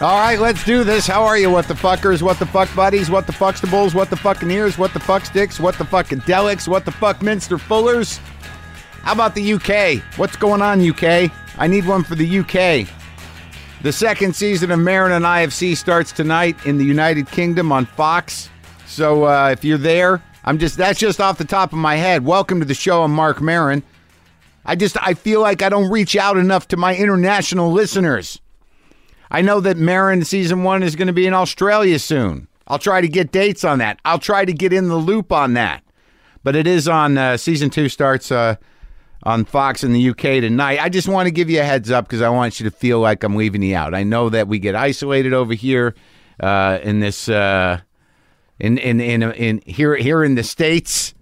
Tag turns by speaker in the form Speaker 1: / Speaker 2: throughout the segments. Speaker 1: All right, let's do this. How are you, what the fuckers, what the fuck buddies, what the fuckstables, what the fucking ears, what the fuck sticks, what the fucking delics, what the fuck Minster Fullers? How about the UK? What's going on, UK? I need one for the UK. The second season of Marin and IFC starts tonight in the United Kingdom on Fox. So uh, if you're there, I'm just that's just off the top of my head. Welcome to the show. I'm Mark Marin. I just I feel like I don't reach out enough to my international listeners. I know that Marin season one is going to be in Australia soon. I'll try to get dates on that. I'll try to get in the loop on that. But it is on uh, season two starts uh, on Fox in the UK tonight. I just want to give you a heads up because I want you to feel like I'm leaving you out. I know that we get isolated over here uh, in this uh, in in in in here here in the states.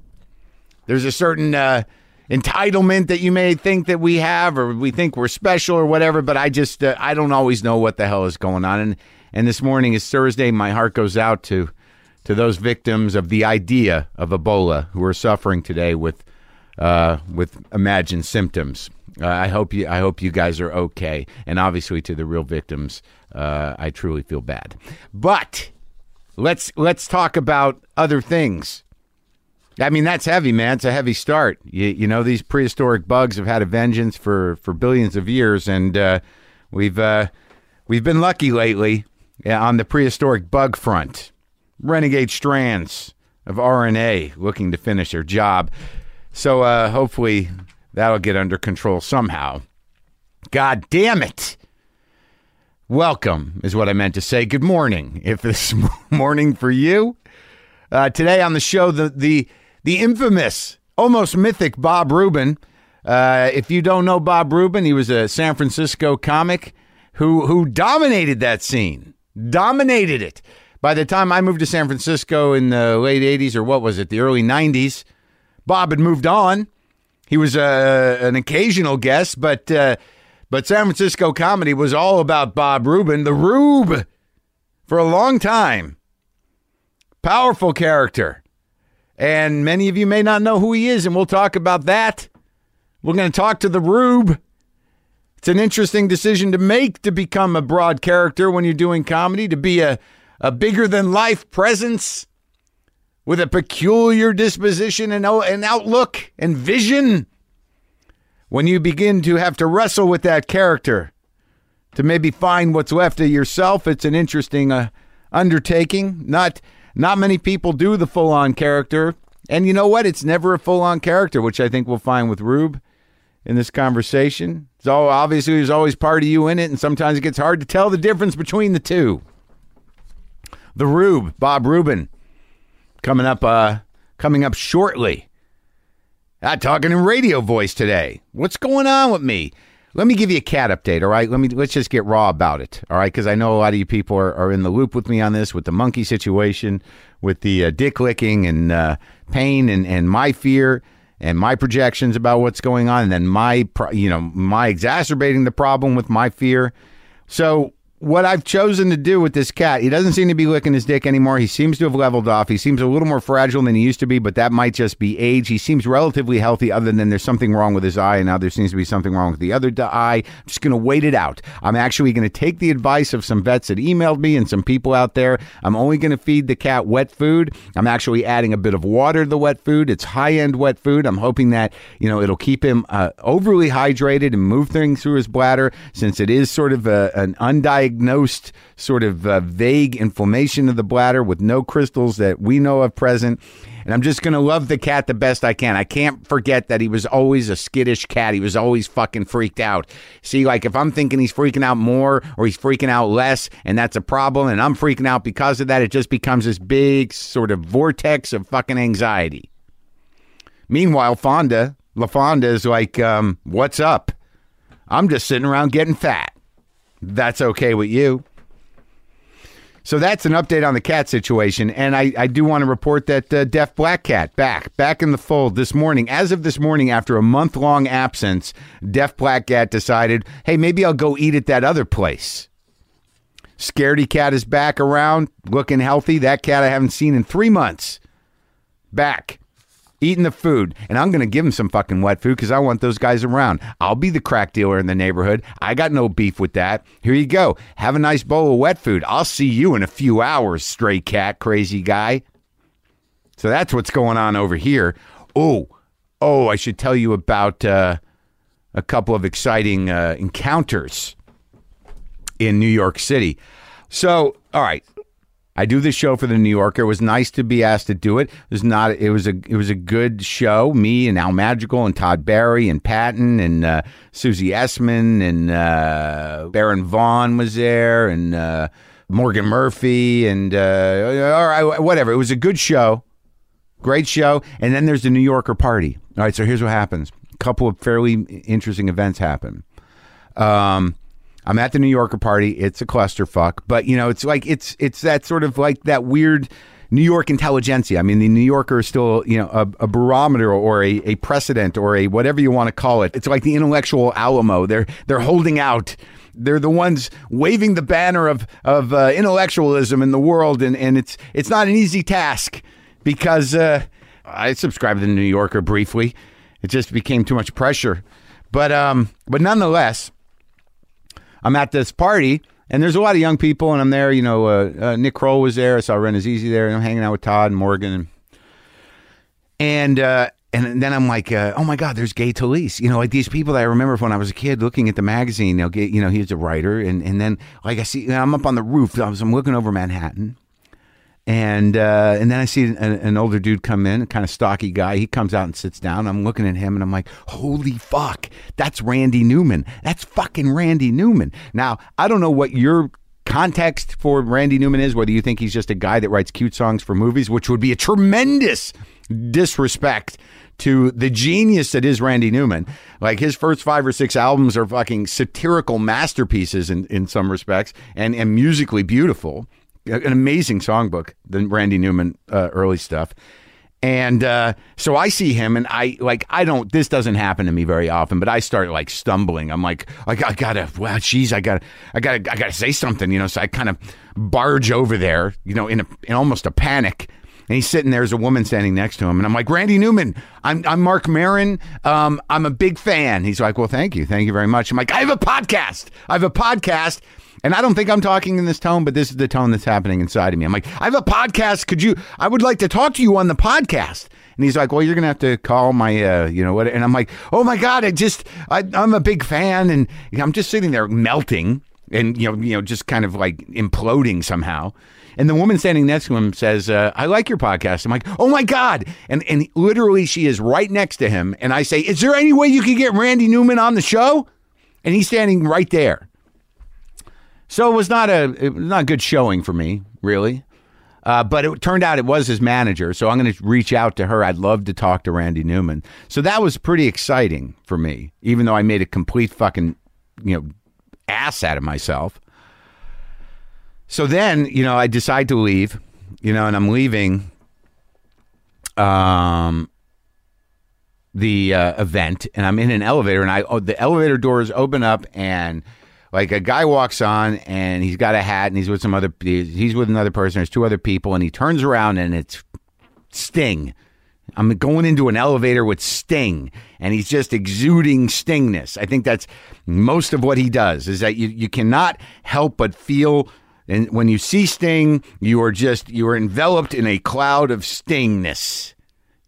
Speaker 1: There's a certain uh, entitlement that you may think that we have, or we think we're special, or whatever. But I just uh, I don't always know what the hell is going on. And and this morning is Thursday. My heart goes out to to those victims of the idea of Ebola who are suffering today with uh, with imagined symptoms. Uh, I hope you I hope you guys are okay. And obviously to the real victims, uh, I truly feel bad. But let's let's talk about other things. I mean, that's heavy, man. It's a heavy start. You, you know, these prehistoric bugs have had a vengeance for, for billions of years, and uh, we've uh, we've been lucky lately uh, on the prehistoric bug front. Renegade strands of RNA looking to finish their job, so uh, hopefully that'll get under control somehow. God damn it! Welcome is what I meant to say. Good morning, if this morning for you. Uh, today on the show, the the the infamous, almost mythic Bob Rubin. Uh, if you don't know Bob Rubin, he was a San Francisco comic who who dominated that scene, dominated it. By the time I moved to San Francisco in the late '80s, or what was it, the early '90s, Bob had moved on. He was uh, an occasional guest, but uh, but San Francisco comedy was all about Bob Rubin, the Rube, for a long time powerful character. And many of you may not know who he is, and we'll talk about that. We're going to talk to the Rube. It's an interesting decision to make to become a broad character when you're doing comedy, to be a, a bigger than life presence with a peculiar disposition and, o- and outlook and vision. When you begin to have to wrestle with that character, to maybe find what's left of yourself. It's an interesting uh, undertaking. Not not many people do the full on character, and you know what? It's never a full on character, which I think we'll find with Rube in this conversation. So obviously, there's always part of you in it, and sometimes it gets hard to tell the difference between the two. The Rube, Bob Rubin, coming up uh, coming up shortly. I'm Ah, talking in radio voice today. What's going on with me? Let me give you a cat update, all right? Let me let's just get raw about it, all right? Because I know a lot of you people are, are in the loop with me on this, with the monkey situation, with the uh, dick licking and uh, pain, and and my fear and my projections about what's going on, and then my pro- you know my exacerbating the problem with my fear. So what I've chosen to do with this cat, he doesn't seem to be licking his dick anymore. He seems to have leveled off. He seems a little more fragile than he used to be, but that might just be age. He seems relatively healthy, other than there's something wrong with his eye, and now there seems to be something wrong with the other d- eye. I'm just going to wait it out. I'm actually going to take the advice of some vets that emailed me and some people out there. I'm only going to feed the cat wet food. I'm actually adding a bit of water to the wet food. It's high end wet food. I'm hoping that you know it'll keep him uh, overly hydrated and move things through his bladder, since it is sort of a, an undiagnosed sort of uh, vague inflammation of the bladder with no crystals that we know of present. And I'm just going to love the cat the best I can. I can't forget that he was always a skittish cat. He was always fucking freaked out. See, like if I'm thinking he's freaking out more or he's freaking out less, and that's a problem, and I'm freaking out because of that, it just becomes this big sort of vortex of fucking anxiety. Meanwhile, Fonda, LaFonda is like, um, what's up? I'm just sitting around getting fat. That's okay with you. So that's an update on the cat situation. And I, I do want to report that uh, Deaf Black Cat back, back in the fold this morning. As of this morning, after a month long absence, Deaf Black Cat decided, hey, maybe I'll go eat at that other place. Scaredy Cat is back around, looking healthy. That cat I haven't seen in three months. Back. eating the food, and I'm going to give them some fucking wet food because I want those guys around. I'll be the crack dealer in the neighborhood. I got no beef with that. Here you go. Have a nice bowl of wet food. I'll see you in a few hours, stray cat, crazy guy. So that's what's going on over here. Oh, oh, I should tell you about uh, a couple of exciting uh, encounters in New York City. So, all right, I do this show for the New Yorker. It was nice to be asked to do it. It was not. It was a. It was a good show. Me and Al Magical and Todd Barry and Patton and uh, Susie Essman and uh, Baron Vaughn was there and uh, Morgan Murphy and uh, all right, whatever. It was a good show. Great show. And then there's the New Yorker party. All right. So here's what happens. A couple of fairly interesting events happen. Um, I'm at the New Yorker party. It's a clusterfuck, but you know, it's like it's it's that sort of like that weird New York intelligentsia. I mean, the New Yorker is still you know a, a barometer or a, a precedent or a whatever you want to call it. It's like the intellectual Alamo. They're they're holding out. They're the ones waving the banner of of uh, intellectualism in the world, and and it's it's not an easy task because uh, I subscribed to the New Yorker briefly. It just became too much pressure, but um, but nonetheless. I'm at this party, and there's a lot of young people, and I'm there. You know, uh, uh, Nick Kroll was there. I saw Ren is easy there, and I'm hanging out with Todd and Morgan, and and, uh, and then I'm like, uh, oh my God, there's Gay Talese. You know, like these people that I remember when I was a kid looking at the magazine. You know, Gay, you know, he's a writer, and and then like I see, and I'm up on the roof. I was, I'm looking over Manhattan. And uh, and then I see an, an older dude come in, a kind of stocky guy. He comes out and sits down. I'm looking at him and I'm like, holy fuck, that's Randy Newman. That's fucking Randy Newman. Now, I don't know what your context for Randy Newman is, whether you think he's just a guy that writes cute songs for movies, which would be a tremendous disrespect to the genius that is Randy Newman. Like his first five or six albums are fucking satirical masterpieces in, in some respects and, and musically beautiful an amazing songbook, the Randy Newman uh, early stuff. And uh, so I see him, and I like I don't. This doesn't happen to me very often, but I start like stumbling. I'm like, I, got, I gotta, wow, geez, I gotta, I gotta, I gotta say something, you know. So I kind of barge over there, you know, in a, in almost a panic. And he's sitting there. There's a woman standing next to him, and I'm like, Randy Newman, I'm I'm Mark Marin. Um, I'm a big fan. He's like, well, thank you, thank you very much. I'm like, I have a podcast. I have a podcast. And I don't think I'm talking in this tone, but this is the tone that's happening inside of me. I'm like, I have a podcast. Could you? I would like to talk to you on the podcast. And he's like, Well, you're gonna have to call my, uh, you know what? And I'm like, Oh my god, I just, I, I'm a big fan, and I'm just sitting there melting, and you know, you know, just kind of like imploding somehow. And the woman standing next to him says, uh, "I like your podcast." I'm like, "Oh my god!" And and literally, she is right next to him, and I say, "Is there any way you could get Randy Newman on the show?" And he's standing right there. So it was not a it was not a good showing for me, really. Uh, but it turned out it was his manager, so I'm going to reach out to her. I'd love to talk to Randy Newman. So that was pretty exciting for me, even though I made a complete fucking you know ass out of myself. So then, you know, I decide to leave, you know, and I'm leaving um the uh, event and I'm in an elevator and I oh, the elevator doors open up and like a guy walks on and he's got a hat and he's with some other he's with another person there's two other people and he turns around and it's sting i'm going into an elevator with sting and he's just exuding stingness i think that's most of what he does is that you, you cannot help but feel and when you see sting you are just you are enveloped in a cloud of stingness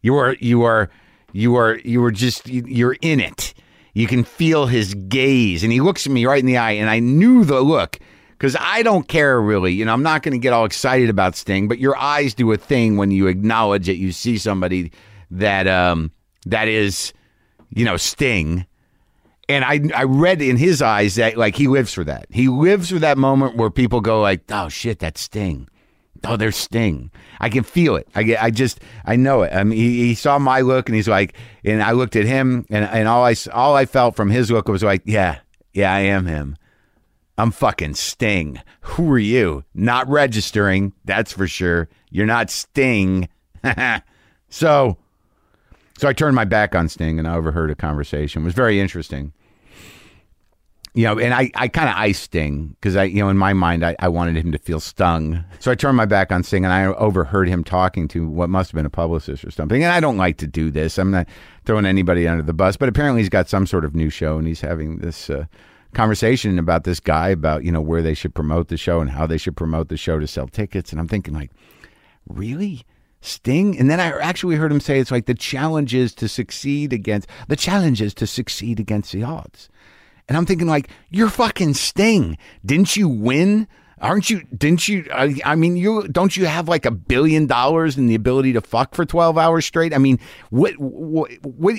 Speaker 1: you are you are you are you are just you're in it you can feel his gaze, and he looks at me right in the eye, and I knew the look because I don't care really. You know, I'm not going to get all excited about Sting, but your eyes do a thing when you acknowledge that you see somebody that um, that is, you know, Sting. And I I read in his eyes that like he lives for that. He lives for that moment where people go like, "Oh shit, that's Sting." Oh, there's Sting. I can feel it. I get. I just. I know it. I mean, he, he saw my look, and he's like, and I looked at him, and and all I all I felt from his look was like, yeah, yeah, I am him. I'm fucking Sting. Who are you? Not registering. That's for sure. You're not Sting. so, so I turned my back on Sting, and I overheard a conversation. It was very interesting you know, and I, I kind of iced Sting because I, you know, in my mind, I, I wanted him to feel stung. So I turned my back on Sting and I overheard him talking to what must have been a publicist or something. And I don't like to do this. I'm not throwing anybody under the bus, but apparently he's got some sort of new show and he's having this uh, conversation about this guy about, you know, where they should promote the show and how they should promote the show to sell tickets. And I'm thinking, like, really? Sting? And then I actually heard him say it's like the challenge is to succeed against the challenge is to succeed against the odds. And I'm thinking like, you're fucking Sting. Didn't you win? Aren't you? Didn't you? I, I mean, you don't you have like a billion dollars and the ability to fuck for twelve hours straight? I mean, what? What? what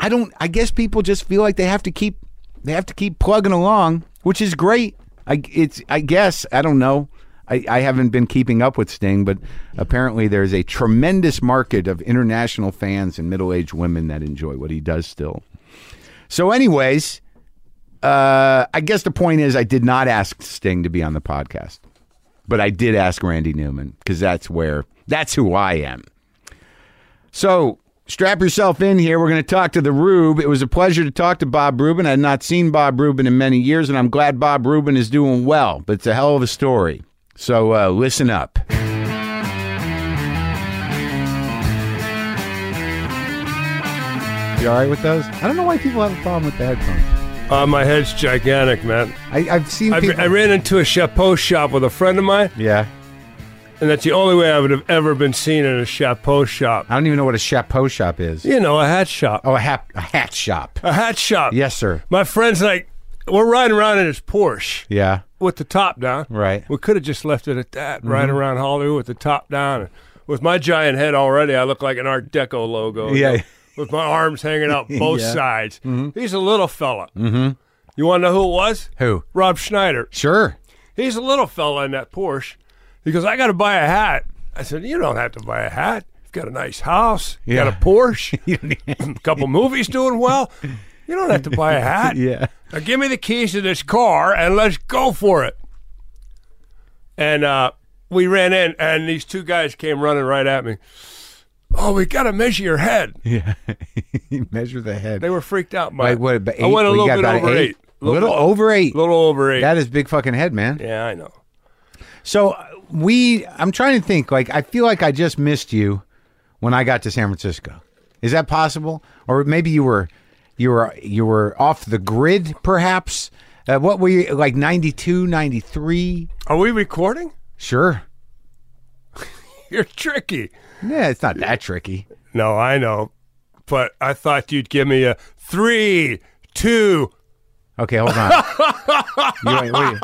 Speaker 1: I don't. I guess people just feel like they have to keep they have to keep plugging along, which is great. I it's I guess I don't know. I, I haven't been keeping up with Sting, but apparently there's a tremendous market of international fans and middle aged women that enjoy what he does still. So, anyways, uh, I guess the point is I did not ask Sting to be on the podcast, but I did ask Randy Newman because that's where that's who I am. So strap yourself in here. We're going to talk to the Rube. It was a pleasure to talk to Bob Rubin. I had not seen Bob Rubin in many years, and I'm glad Bob Rubin is doing well. But it's a hell of a story. So uh, listen up. You all right with those? I don't know why people have a problem with the headphones.
Speaker 2: Uh, my head's gigantic, man.
Speaker 1: I, I've seen
Speaker 2: I,
Speaker 1: people.
Speaker 2: I ran into a chapeau shop with a friend of mine,
Speaker 1: yeah.
Speaker 2: and that's the only way I would have ever been seen in a chapeau shop.
Speaker 1: I don't even know what a chapeau shop is.
Speaker 2: You know, a hat shop.
Speaker 1: Oh, a hat, a hat shop.
Speaker 2: A hat shop.
Speaker 1: Yes, sir.
Speaker 2: My friend's like, we're riding around in his Porsche
Speaker 1: Yeah.
Speaker 2: with the top down.
Speaker 1: Right. Mm-hmm.
Speaker 2: We could have just left it at that, riding around Hollywood with the top down. And with my giant head already, I look like an Art Deco logo. you
Speaker 1: Yeah.
Speaker 2: know, With my arms hanging out both
Speaker 1: Yeah.
Speaker 2: sides. He's a little fella. Mm-hmm. You want to know who it was?
Speaker 1: Who?
Speaker 2: Rob Schneider.
Speaker 1: Sure.
Speaker 2: He's a little fella in that Porsche. He goes, I got to buy a hat. I said, You don't have to buy a hat. You've got a nice house. You
Speaker 1: Yeah.
Speaker 2: got a Porsche. a couple movies doing well. You don't have to buy a hat.
Speaker 1: Yeah.
Speaker 2: Now give me the keys to this car and let's go for it. And uh, we ran in, and these two guys came running right at me. Oh, we got to measure your head.
Speaker 1: Yeah. you measure the head.
Speaker 2: They were freaked out by
Speaker 1: Wait,
Speaker 2: it.
Speaker 1: what, about eight?
Speaker 2: I went a
Speaker 1: Well, you
Speaker 2: little
Speaker 1: got
Speaker 2: bit
Speaker 1: about
Speaker 2: over eight.
Speaker 1: A little over eight.
Speaker 2: little over eight.
Speaker 1: That is big fucking head, man.
Speaker 2: yeah, I know.
Speaker 1: So uh, we, I'm trying to think. Like, I feel like I just missed you when I got to San Francisco. Is that possible? Or maybe you were, you were, you were off the grid, perhaps. Uh, what were you like? 92, 93?
Speaker 2: Are we recording?
Speaker 1: Sure.
Speaker 2: You're tricky.
Speaker 1: Yeah, it's not that tricky.
Speaker 2: No, I know, but I thought you'd give me a three, two.
Speaker 1: Okay, hold on. you, wait, wait.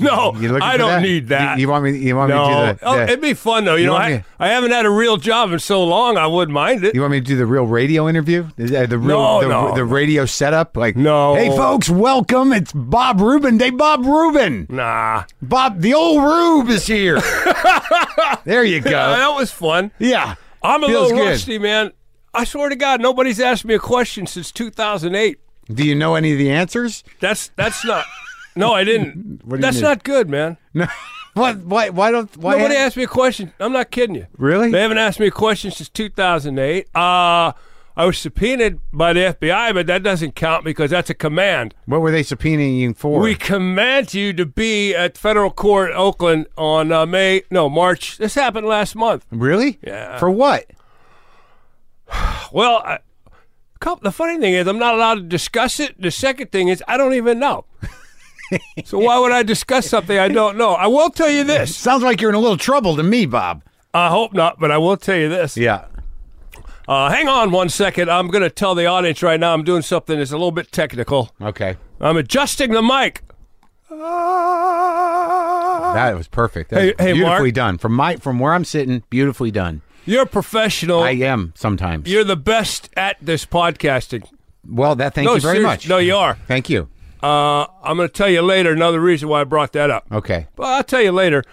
Speaker 2: No,
Speaker 1: You looking
Speaker 2: I
Speaker 1: for
Speaker 2: don't need that.
Speaker 1: You, you want me? You want me to
Speaker 2: no,
Speaker 1: do the?
Speaker 2: oh,
Speaker 1: the-
Speaker 2: it'd be fun though. You, know,
Speaker 1: want
Speaker 2: I,
Speaker 1: me-
Speaker 2: I haven't had a real job in so long. I wouldn't mind it.
Speaker 1: you want me to do the real radio interview? Is that The real
Speaker 2: No,
Speaker 1: the,
Speaker 2: no.
Speaker 1: the radio setup? Like
Speaker 2: No.
Speaker 1: Hey folks, welcome. It's Bob Rubin. Day Bob Rubin.
Speaker 2: nah,
Speaker 1: Bob the old Rube is here. there you
Speaker 2: Uh,
Speaker 1: go.
Speaker 2: that was fun.
Speaker 1: Yeah.
Speaker 2: I'm a
Speaker 1: Feels
Speaker 2: little
Speaker 1: good.
Speaker 2: rusty, man. I swear to God, nobody's asked me a question since 2008.
Speaker 1: Do you know any of the answers?
Speaker 2: That's that's not. No, I didn't.
Speaker 1: What do you
Speaker 2: that's
Speaker 1: mean?
Speaker 2: not good, man.
Speaker 1: No. what? Why? Why don't? Why?
Speaker 2: Nobody asked me a question. I'm not kidding you.
Speaker 1: Really?
Speaker 2: They haven't asked me a question since 2008. Uh, I was subpoenaed by the FBI, but that doesn't count because that's a command.
Speaker 1: What were they subpoenaing you for?
Speaker 2: We command you to be at federal court in Oakland on uh, May, no, March. This happened last month.
Speaker 1: really?
Speaker 2: Yeah.
Speaker 1: For what?
Speaker 2: Well, I, couple, the funny thing is, I'm not allowed to discuss it. The second thing is, I don't even know. so why would I discuss something I don't know? I will tell you this.
Speaker 1: Sounds like you're in a little trouble to me, Bob.
Speaker 2: I hope not, but I will tell you this.
Speaker 1: Yeah.
Speaker 2: Uh, hang on one second. I'm going to tell the audience right now I'm doing something that's a little bit technical.
Speaker 1: Okay.
Speaker 2: I'm adjusting the mic.
Speaker 1: That was perfect. That
Speaker 2: Hey-
Speaker 1: was
Speaker 2: hey,
Speaker 1: beautifully
Speaker 2: Mark.
Speaker 1: done. From my from where I'm sitting, beautifully done.
Speaker 2: You're a professional.
Speaker 1: I am sometimes.
Speaker 2: You're the best at this podcasting.
Speaker 1: well, that thank
Speaker 2: No,
Speaker 1: you very
Speaker 2: serious-
Speaker 1: much.
Speaker 2: No, you are.
Speaker 1: Thank you.
Speaker 2: Uh, I'm going to tell you later another reason why I brought that up.
Speaker 1: Okay.
Speaker 2: But I'll tell you later.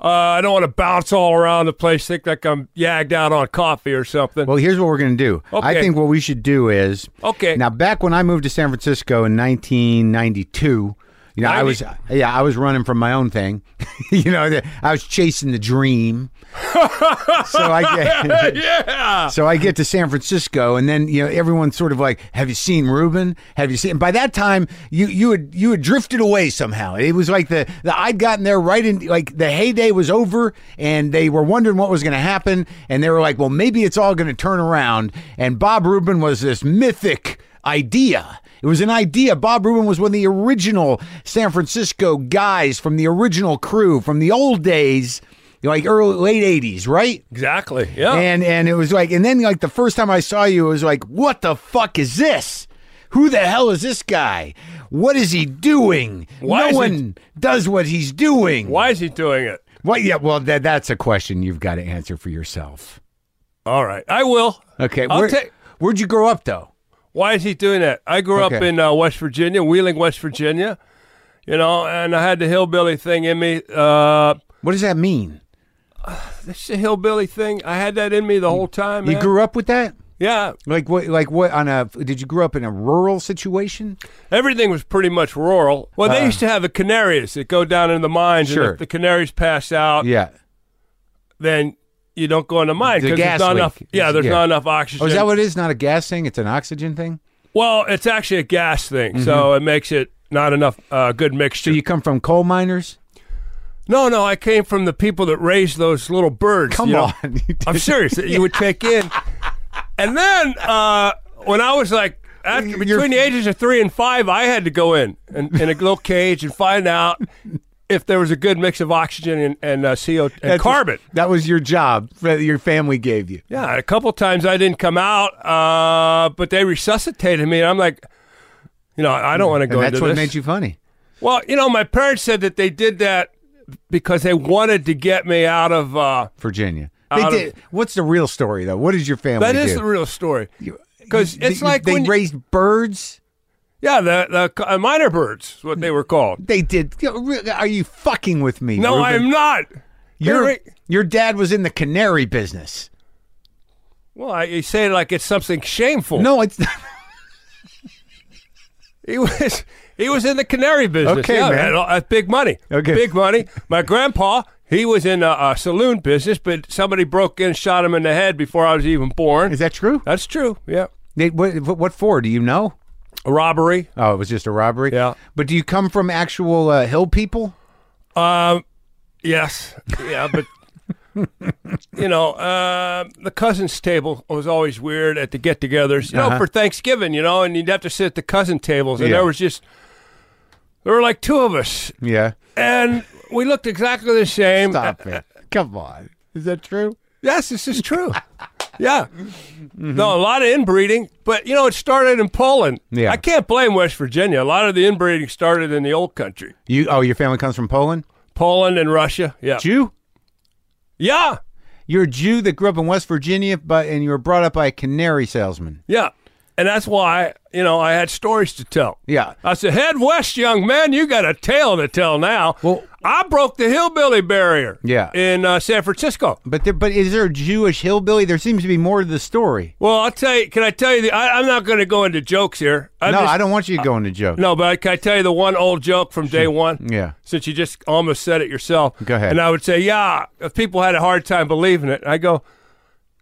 Speaker 2: Uh, I don't want to bounce all around the place, think like I'm yagged out on coffee or something.
Speaker 1: Well, here's what we're going to do. I
Speaker 2: Okay.
Speaker 1: think what we should do is
Speaker 2: Okay.
Speaker 1: Now, back when I moved to San Francisco in 1992, You know, I
Speaker 2: Ivy-
Speaker 1: was yeah, I was running from my own thing. you know, the- I was chasing the dream. so I get
Speaker 2: yeah.
Speaker 1: so I get to San Francisco, and then you know everyone's sort of like, "Have you seen Ruben? Have you seen?" By that time, you you had you had drifted away somehow. It was like the, the I'd gotten there right in like the heyday was over, and they were wondering what was going to happen, and they were like, "Well, maybe it's all going to turn around." And Bob Rubin was this mythic idea. It was an idea. Bob Rubin was one of the original San Francisco guys from the original crew from the old days, like early late '80s, right?
Speaker 2: Exactly. Yeah.
Speaker 1: And and it was like, and then like the first time I saw you, it was like, what the fuck is this? Who the hell is this guy? What is he doing?
Speaker 2: Why
Speaker 1: no
Speaker 2: is he-
Speaker 1: one does what he's doing.
Speaker 2: Why is he doing it?
Speaker 1: Well, yeah, well, that that's a question you've got to answer for yourself.
Speaker 2: All right. I will.
Speaker 1: Okay,
Speaker 2: I'll
Speaker 1: where,
Speaker 2: take-
Speaker 1: would you grow up though?
Speaker 2: Why is he doing that? I grew up
Speaker 1: Okay.
Speaker 2: in uh, West Virginia, Wheeling, West Virginia, you know, and I had the hillbilly thing in me. Uh,
Speaker 1: What does that mean?
Speaker 2: this is a hillbilly thing. I had that in me the whole time.
Speaker 1: You
Speaker 2: man.
Speaker 1: grew up with that?
Speaker 2: yeah.
Speaker 1: Like what? Like what? On a did you grow up in a rural situation?
Speaker 2: Everything was pretty much rural. Well, they used to have the canaries that go down in the mines.
Speaker 1: Uh. Sure.
Speaker 2: And if the canaries pass out,
Speaker 1: Yeah.
Speaker 2: then you don't go in the mine
Speaker 1: The
Speaker 2: because
Speaker 1: gas
Speaker 2: there's not
Speaker 1: leak.
Speaker 2: enough. Yeah, there's
Speaker 1: Yeah.
Speaker 2: not enough oxygen.
Speaker 1: Oh, is that what it is? Not a gas thing. It's an oxygen thing.
Speaker 2: well, it's actually a gas thing, so it makes it not enough uh, good mixture.
Speaker 1: Mm-hmm. So you come from coal miners?
Speaker 2: no, no, I came from the people that raised those little birds.
Speaker 1: Come
Speaker 2: you know.
Speaker 1: on. You
Speaker 2: I'm
Speaker 1: did-
Speaker 2: serious. that You would take in, and then uh, when I was like after,
Speaker 1: You're-
Speaker 2: between the ages of three and five, I had to go in and in a little cage and find out if there was a good mix of oxygen and, and uh, CO and
Speaker 1: That's-
Speaker 2: carbon.
Speaker 1: That was your job that your family gave you.
Speaker 2: Yeah, a couple times I didn't come out, uh, but they resuscitated me, and I'm like, you know, I don't want to go
Speaker 1: And that's
Speaker 2: into
Speaker 1: what
Speaker 2: this.
Speaker 1: made you funny.
Speaker 2: well, you know, my parents said that they did that because they wanted to get me out of. Uh,
Speaker 1: Virginia. They
Speaker 2: Out of-
Speaker 1: did, what's the real story though? What did your family
Speaker 2: that is
Speaker 1: do?
Speaker 2: the real story. Because
Speaker 1: They-
Speaker 2: it's like
Speaker 1: they
Speaker 2: when you-
Speaker 1: raised birds.
Speaker 2: Yeah, the the uh, minor birds, is
Speaker 1: Hmm.
Speaker 2: what they were called.
Speaker 1: They did. you know, really- Are you fucking with me?
Speaker 2: No,
Speaker 1: Reuben?
Speaker 2: I'm not.
Speaker 1: Your
Speaker 2: They're-
Speaker 1: your dad was in the canary business.
Speaker 2: well, I, you say it like it's something shameful.
Speaker 1: No, it's not.
Speaker 2: he was he was in the canary business.
Speaker 1: Okay,
Speaker 2: yeah,
Speaker 1: man.
Speaker 2: and, uh, big money.
Speaker 1: Okay.
Speaker 2: big money. My grandpa, he was in a, a saloon business, but somebody broke in, and shot him in the head before I was even born.
Speaker 1: Is that true?
Speaker 2: That's true. Yeah,
Speaker 1: They, what, what what for? Do you know?
Speaker 2: a robbery.
Speaker 1: Oh, it was just a robbery.
Speaker 2: Yeah.
Speaker 1: But do you come from actual uh, hill people?
Speaker 2: Um, yes, yeah, but. You know, uh, the cousins' table was always weird at the get-togethers. You know, for Thanksgiving, you know, and you'd have to sit at the cousin tables, and
Speaker 1: Uh-huh. Yeah.
Speaker 2: there was just there were like two of us,
Speaker 1: Yeah.
Speaker 2: and we looked exactly the same.
Speaker 1: Stop it. Come on. Is that true?
Speaker 2: Yes, this is true. yeah. No, a lot of inbreeding, but you know, it started in Poland.
Speaker 1: Yeah.
Speaker 2: I can't blame West Virginia. A lot of the inbreeding started in the old country.
Speaker 1: You oh, your family comes from Poland.
Speaker 2: Poland and Russia. Yeah.
Speaker 1: Jew.
Speaker 2: Yeah.
Speaker 1: You're a Jew that grew up in West Virginia, but and you were brought up by a canary salesman.
Speaker 2: Yeah. And that's why, you know, I had stories to tell.
Speaker 1: Yeah.
Speaker 2: I said, Head west, young man, you got a tale to tell now.
Speaker 1: Well-
Speaker 2: I broke the hillbilly barrier
Speaker 1: Yeah.
Speaker 2: in uh, San Francisco.
Speaker 1: But there, but is there a Jewish hillbilly? There seems to be more to the story.
Speaker 2: Well, I'll tell you, can I tell you the, I, I'm not going to go into jokes here. I'm
Speaker 1: no,
Speaker 2: just-
Speaker 1: I don't want you to go into joke.
Speaker 2: No, but can I tell you the one old joke from day one?
Speaker 1: Yeah.
Speaker 2: Since you just almost said it yourself.
Speaker 1: Go ahead.
Speaker 2: And I would say, yeah, if people had a hard time believing it, I go,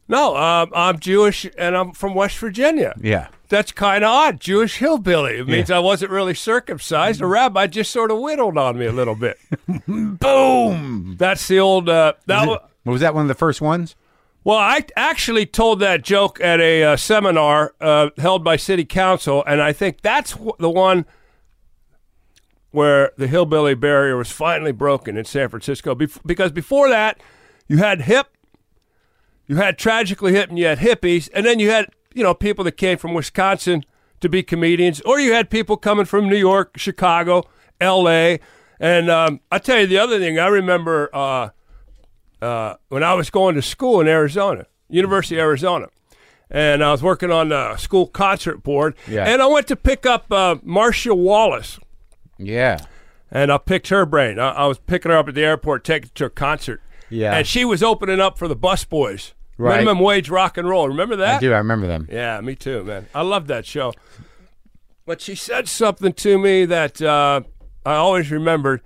Speaker 2: no, um, I'm Jewish and I'm from West Virginia.
Speaker 1: Yeah.
Speaker 2: That's kind of odd. Jewish hillbilly. It means I wasn't really circumcised.
Speaker 1: Mm-hmm.
Speaker 2: The rabbi just sort of whittled on me a little bit.
Speaker 1: Boom.
Speaker 2: That's the old. Uh, that wa-
Speaker 1: Was that one of the first ones?
Speaker 2: well, I actually told that joke at a uh, seminar uh, held by city council, and I think that's wh- the one where the hillbilly barrier was finally broken in San Francisco. Bef- because before that, you had hip, you had tragically hip, and you had hippies, and then you had you know people that came from Wisconsin to be comedians, or you had people coming from New York, Chicago, L.A. And um, I tell you the other thing, I remember. Uh, uh, when I was going to school in Arizona, University of Arizona, and I was working on the school concert board,
Speaker 1: Yeah.
Speaker 2: and I went to pick up uh, Marcia Wallace,
Speaker 1: Yeah.
Speaker 2: and I picked her brain. I, I was picking her up at the airport, taking her to a concert,
Speaker 1: Yeah.
Speaker 2: and she was opening up for the busboys,
Speaker 1: Right.
Speaker 2: minimum wage rock and roll. Remember that?
Speaker 1: I do. I remember them.
Speaker 2: Yeah, me too, man. I love that show. But she said something to me that uh, I always remembered.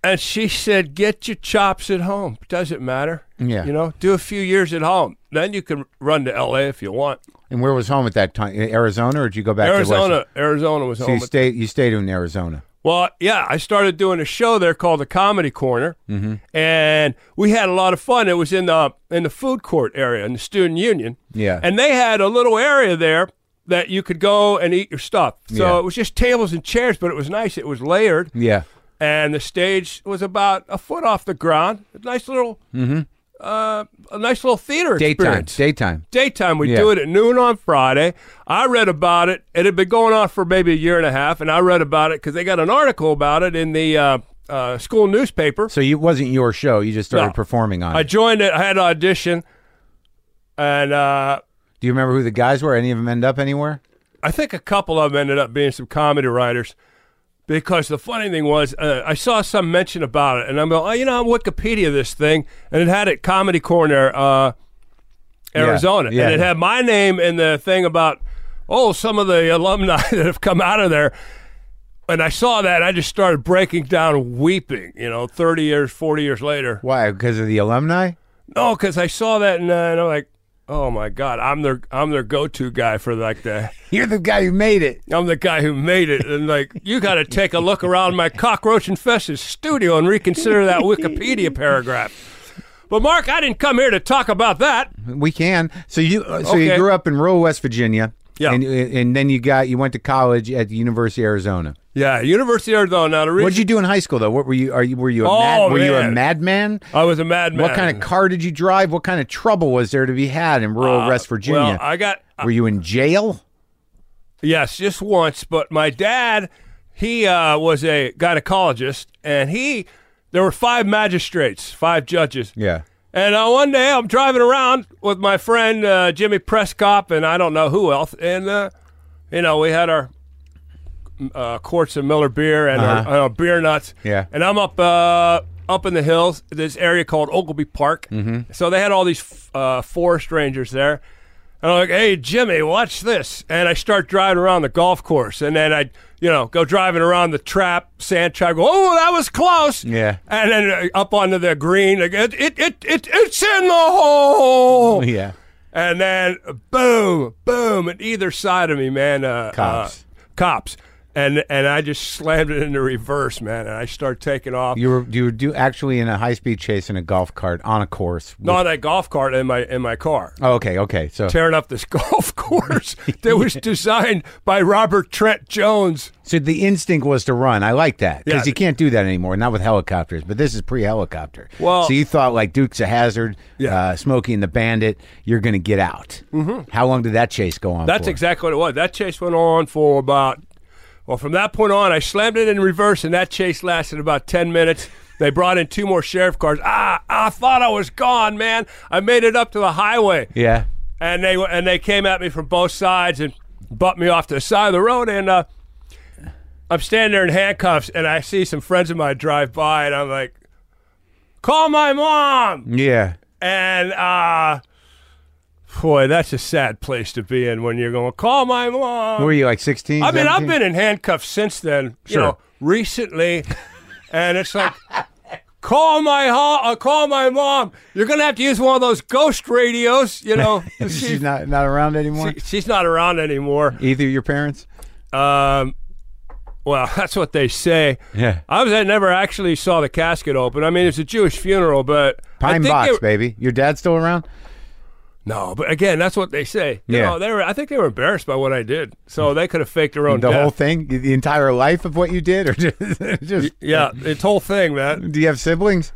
Speaker 2: And she said, "Get your chops at home. Doesn't matter.
Speaker 1: Yeah.
Speaker 2: you know, do a few years at home. Then you can run to L.A. if you want.
Speaker 1: And where was home at that time? Arizona, or did you go back to West?
Speaker 2: Arizona, Arizona was
Speaker 1: So
Speaker 2: home.
Speaker 1: you
Speaker 2: at
Speaker 1: stayed. You stayed in Arizona.
Speaker 2: Well, yeah, I started doing a show there called the Comedy Corner,
Speaker 1: Mm-hmm.
Speaker 2: and we had a lot of fun. It was in the in the food court area in the student union.
Speaker 1: Yeah.
Speaker 2: and they had a little area there that you could go and eat your stuff. So
Speaker 1: Yeah.
Speaker 2: it was just tables and chairs, but it was nice. It was layered,
Speaker 1: Yeah.
Speaker 2: and the stage was about a foot off the ground. A nice little, uh, a nice little theater
Speaker 1: Mm-hmm. Daytime.
Speaker 2: experience
Speaker 1: Daytime.
Speaker 2: daytime. We
Speaker 1: Yeah.
Speaker 2: do it at noon on Friday. I read about it. It had been going on for maybe a year and a half, and I read about it because they got an article about it in the uh, uh, school newspaper.
Speaker 1: So you wasn't your show. You just started
Speaker 2: No.
Speaker 1: performing on
Speaker 2: I
Speaker 1: it.
Speaker 2: joined it. I had an audition, and uh,
Speaker 1: Do you remember who the guys were? Any of them end up anywhere?
Speaker 2: I think a couple of them ended up being some comedy writers. Because the funny thing was, uh, I saw some mention about it, and I'm going, oh, you know, I'm Wikipedia this thing, and it had it Comedy Corner, uh, Arizona,
Speaker 1: yeah,
Speaker 2: and it
Speaker 1: yeah.
Speaker 2: had my name in the thing about, oh, some of the alumni that have come out of there. And I saw that, I just started breaking down, weeping, you know, 30 years, 40 years later.
Speaker 1: Why? Because of the alumni?
Speaker 2: No, because I saw that, and, uh, and I'm like, oh my God, I'm their, I'm their go to guy for like the.
Speaker 1: You're the guy who made it.
Speaker 2: I'm the guy who made it, and like you got to take a look around my cockroach infested studio and reconsider that Wikipedia paragraph. But Mark, I didn't come here to talk about that.
Speaker 1: We can. So you. uh, So you
Speaker 2: Okay.
Speaker 1: grew up in rural West Virginia.
Speaker 2: Yeah.
Speaker 1: And, uh, and then you got you went to college at the University of Arizona.
Speaker 2: Yeah, University of Arizona. Now, the
Speaker 1: What did
Speaker 2: reason
Speaker 1: you do in high school though? What were you? Are you were you a
Speaker 2: Oh,
Speaker 1: mad, were you a
Speaker 2: man. Oh,
Speaker 1: madman?
Speaker 2: I was a madman.
Speaker 1: What kind of car did you drive? What kind of trouble was there to be had in rural West Virginia?
Speaker 2: Uh, Well, I got
Speaker 1: were you in jail?
Speaker 2: Yes, just once. But my dad, he uh, was a gynecologist, and he there were five magistrates, five judges.
Speaker 1: Yeah.
Speaker 2: And uh, one day I'm driving around with my friend uh, Jimmy Prescott and I don't know who else. And, uh, you know, we had our uh, quarts of Miller beer and our, and our beer nuts.
Speaker 1: Uh-huh. Yeah.
Speaker 2: And I'm up uh, up in the hills, this area called Ogilby Park. Mm-hmm. So they had all these f- uh, forest rangers there. And I'm like, hey, Jimmy, watch this. And I start driving around the golf course. And then I, you know, go driving around the trap, sand trap. Go, oh, that was close.
Speaker 1: Yeah.
Speaker 2: And then uh, up onto the green. like, It, it, it, it, it's in the hole.
Speaker 1: Yeah.
Speaker 2: And then boom, boom, at either side of me, man. Uh,
Speaker 1: Cops.
Speaker 2: uh, cops. And and I just slammed it into reverse, man. And I start taking off.
Speaker 1: You were you were do actually in a high speed chase in a golf cart on a course.
Speaker 2: not a golf cart in my in my car.
Speaker 1: Oh, okay, okay. So
Speaker 2: Tearing up this golf course that was designed by Robert Trent Jones.
Speaker 1: so the instinct was to run. I like that because
Speaker 2: Yeah.
Speaker 1: you can't do that anymore. Not with helicopters, but this is pre helicopter.
Speaker 2: Well-
Speaker 1: so you thought like Duke's a Hazard,
Speaker 2: Yeah.
Speaker 1: uh, Smokey and the Bandit. You're going to get out. Mm-hmm. How long did that chase go on?
Speaker 2: That's
Speaker 1: for?
Speaker 2: exactly what it was. That chase went on for about, well, from that point on, I slammed it in reverse, and that chase lasted about 10 minutes. They brought in two more sheriff cars. Ah, I thought I was gone, man. I made it up to the highway,
Speaker 1: yeah.
Speaker 2: and they and they came at me from both sides and bumped me off to the side of the road. And uh, I'm standing there in handcuffs, and I see some friends of mine drive by, and I'm like, "Call my mom."
Speaker 1: Yeah.
Speaker 2: And uh boy, that's a sad place to be in when you're going, call my mom.
Speaker 1: Were you like 16?
Speaker 2: I mean, I've
Speaker 1: 17?
Speaker 2: been in handcuffs since then,
Speaker 1: Sure.
Speaker 2: you know, recently. and it's like call my ho- uh, call my mom. You're going to have to use one of those ghost radios, you know.
Speaker 1: She's not not around anymore.
Speaker 2: she's not around anymore.
Speaker 1: Either of your parents?
Speaker 2: Um well, that's what they say.
Speaker 1: Yeah.
Speaker 2: I was I never actually saw the casket open. I mean, it's a Jewish funeral, but I
Speaker 1: Pine
Speaker 2: think
Speaker 1: box,
Speaker 2: it-
Speaker 1: baby. Your dad's still around?
Speaker 2: No, but again, that's what they say. You
Speaker 1: Yeah. Mm.
Speaker 2: know, they were. I think they were embarrassed by what I did, so they could have faked their own
Speaker 1: The
Speaker 2: death.
Speaker 1: whole thing, the entire life of what you did, or just, just
Speaker 2: yeah, this whole thing, man.
Speaker 1: do you have siblings?